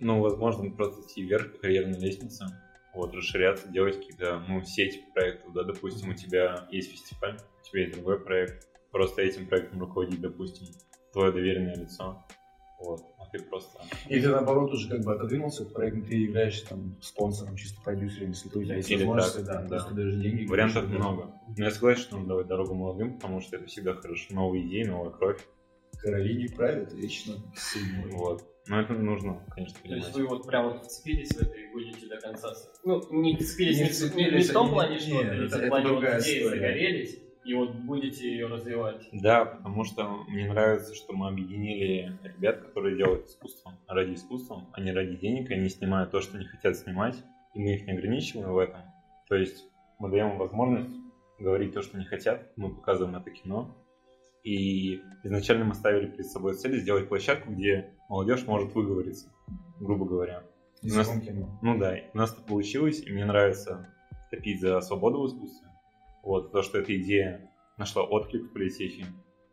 Ну, возможно, просто идти вверх по карьерной лестнице, вот, расширяться, делать какие-то, ну, сеть проектов, да, допустим, у тебя есть фестиваль, у тебя есть другой проект, просто этим проектом руководит, допустим, твое доверенное лицо, вот, а ты просто...
И ты, наоборот, уже как бы отодвинулся от проекта, ты являешься там спонсором, чисто продюсером, если ты у тебя есть
Или
возможности,
так,
да,
да.
да. ты даешь деньги.
Вариантов
конечно, да.
много. Но я согласен, что нужно давать дорогу молодым, потому что это всегда хорошо. Новые идеи, новая короли
Короли не правят вечно седьмой.
Вот. Но это нужно, конечно,
То есть
понимать.
вы вот прям вот вцепились в это и будете до конца. с- Ну, не вцепились,
Не
не,
вцепились,
не- не в том
они-
плане, что
не,
вот
это-
это,
это
в плане вот
другая
идеи
история.
загорелись, и вот будете ее развивать.
Да, потому что мне нравится, что мы объединили ребят, которые делают искусство ради искусства, а не ради денег, и они снимают то, что не хотят снимать, и мы их не ограничиваем в этом. То есть мы даем им возможность говорить то, что не хотят, мы показываем это кино. И изначально мы ставили перед собой цель сделать площадку, где молодежь может выговориться, грубо говоря.
Из
У нас-
Комкина.
Ну да, и у нас это получилось, и мне нравится топить за свободу в искусстве. Вот, то, что эта идея нашла отклик в политехе,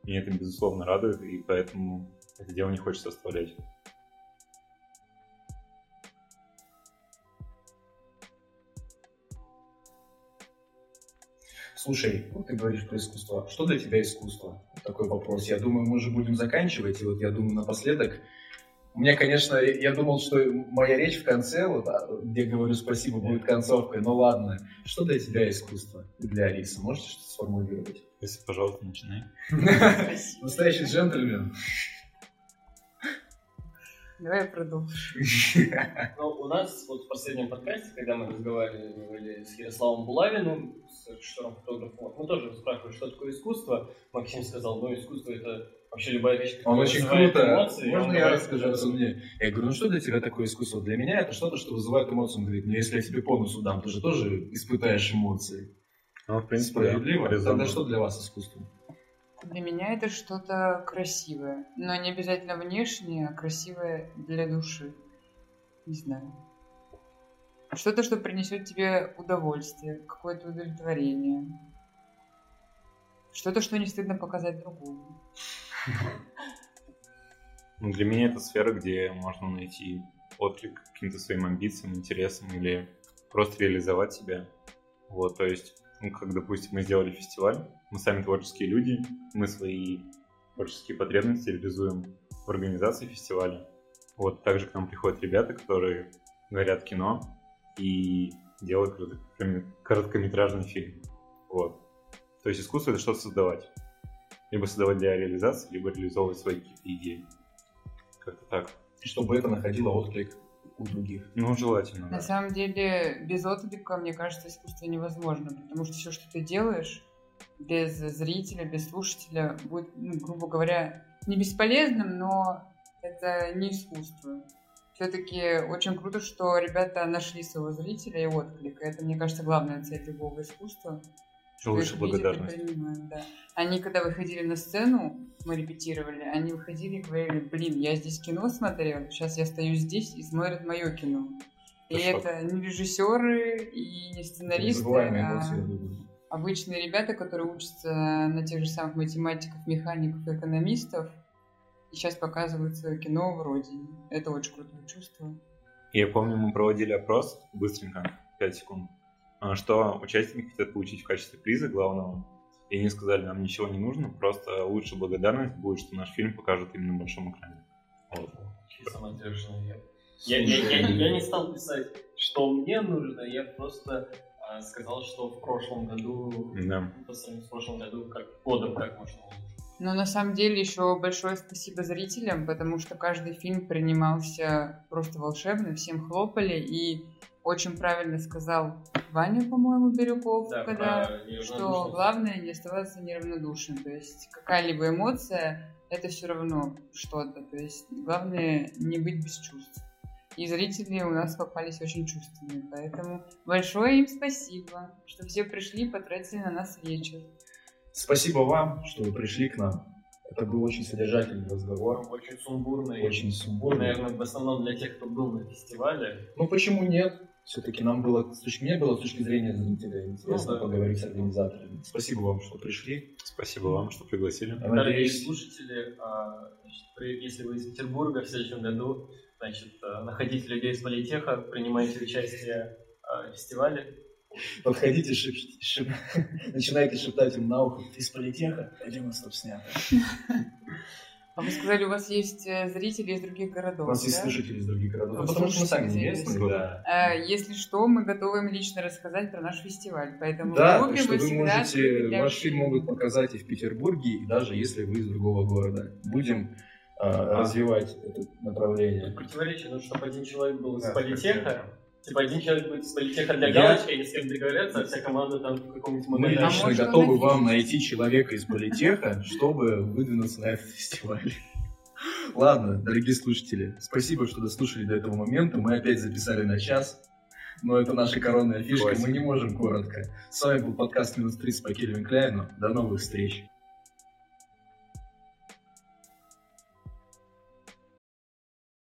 меня это, безусловно, радует, и поэтому это дело не хочется оставлять.
Слушай, вот ты говоришь про искусство. Что для тебя искусство? Вот такой вопрос. Я думаю, мы уже будем заканчивать. И вот я думаю, напоследок. У меня, конечно, я думал, что моя речь в конце, вот, а, где говорю спасибо, будет концовкой. Но ладно. Что для тебя искусство? И Для Алисы. Можете что-то сформулировать?
Если, пожалуйста, начинай.
Спасибо.
Настоящий джентльмен.
Давай я продолжу.
Но у нас вот в последнем подкасте, когда мы разговаривали с Ярославом Булавиным, с режиссером фотографом, мы тоже спрашивали, что такое искусство. Максим сказал, ну искусство это вообще любая вещь, которая
Он очень
вызывает
круто.
эмоции, и
Можно
он
я
говорит,
расскажу, раз он мне? Я говорю, ну что для тебя такое искусство? Для меня это что-то, что вызывает эмоции. Он говорит, ну если я тебе по носу дам, ты же тоже испытаешь эмоции.
Ну, в принципе, да,
Справедливо.
резонно.
Тогда что для вас искусство?
Для меня это что-то красивое, но не обязательно внешнее, а красивое для души. Не знаю. Что-то, что принесет тебе удовольствие, какое-то удовлетворение. Что-то, что не стыдно показать другому.
Ну, для меня это сфера, где можно найти отклик к каким-то своим амбициям, интересам или просто реализовать себя. Вот, то есть, ну, как, допустим, мы сделали фестиваль, мы сами творческие люди, мы свои творческие потребности реализуем в организации фестиваля. Вот, также к нам приходят ребята, которые говорят кино и делают короткометр- короткометражный фильм. Вот. То есть искусство — это что-то создавать. Либо создавать для реализации, либо реализовывать свои какие-то идеи. Как-то так.
чтобы это находило отклик у других.
Ну, желательно,
На
да.
самом деле, без отклика, мне кажется, искусство невозможно, потому что все, что ты делаешь, без зрителя, без слушателя, будет, ну, грубо говоря, не бесполезным, но это не искусство. Все-таки очень круто, что ребята нашли своего зрителя и отклик. Это, мне кажется, главная цель любого искусства. что
Лучше
их видят и
благодарность.
принимают, да. Они, когда выходили на сцену, мы репетировали, они выходили и говорили, блин, я здесь кино смотрел, сейчас я стою здесь и смотрят мое кино. И
Хорошо.
это не режиссеры и не сценаристы,
Незабываемые
а
эмоции, я думаю.
обычные ребята, которые учатся на тех же самых математиков, механиков, экономистов, и сейчас показывают свое кино в родине. Это очень крутое чувство.
Я помню, мы проводили опрос, быстренько, 5 секунд, а, что участники хотят получить в качестве приза главного. И они сказали, нам ничего не нужно, просто лучше благодарность будет, что наш фильм покажут именно на большом экране. Вот.
самодержанные. Я, я, я, я не стал писать, что мне нужно, я просто а, сказал, что в прошлом году,
Да.
по сравнению с прошлым году, как годом как можно лучше.
Но на самом деле еще большое спасибо зрителям, потому что каждый фильм принимался просто волшебно, всем хлопали и очень правильно сказал Ваня, по-моему, Бирюков,
Да,
когда
про
что
неравнодушность.
главное не оставаться неравнодушным. То есть какая-либо эмоция это все равно что-то. То есть главное не быть без чувств. И зрители у нас попались очень чувственные. Поэтому большое им спасибо, что все пришли и потратили на нас вечер.
Спасибо вам, что вы пришли к нам. Это был очень содержательный разговор,
Очень сумбурно и
очень сумбурный.
наверное, в основном для тех, кто был на фестивале.
Ну почему нет? Все-таки нам было, с точки, мне было с точки зрения зрителя интересно
Ну да.
поговорить с организаторами. Спасибо вам, что пришли.
Спасибо вам, что пригласили.
Я
Дорогие
надеюсь,
слушатели, а, значит, при- если вы из Петербурга в следующем году, значит, а, находите людей из политеха, принимайте участие а, в фестивале.
подходите, шип- шип- начинайте шептать им на ухо. Ты из политеха? Пойдем на снято.
А вы сказали, у вас есть э, зрители из других
У
городов,
нас есть
да?
слушатели из других городов.
Ну,
потому что мы сами не
слушатели
местные.
здесь.
Да.
Э, Если что, мы готовы им лично рассказать про наш фестиваль, поэтому
Да,
в
так
группе
что
мы
вы
всегда открыты
можете,
для
ваш фильм
общения.
могут показать и в Петербурге, и даже если вы из другого города. Будем э, развивать это направление.
Тут Противоречие, ну, чтобы один человек был из
Да,
политеха, типа один человек будет из политеха для
Я-
галочки, они с кем договорятся, а вся команда там в каком-нибудь
Мы
А
Магадане.
лично
может,
готовы
он
вам найти человека из политеха, чтобы выдвинуться на этот фестиваль. Ладно, дорогие слушатели, спасибо, что дослушали до этого момента. Мы опять записали на час, но это наша коронная фишка, мы
Классика.
не можем коротко. С вами был подкаст «Минус 30» по Кельвин Кляйну. До новых встреч.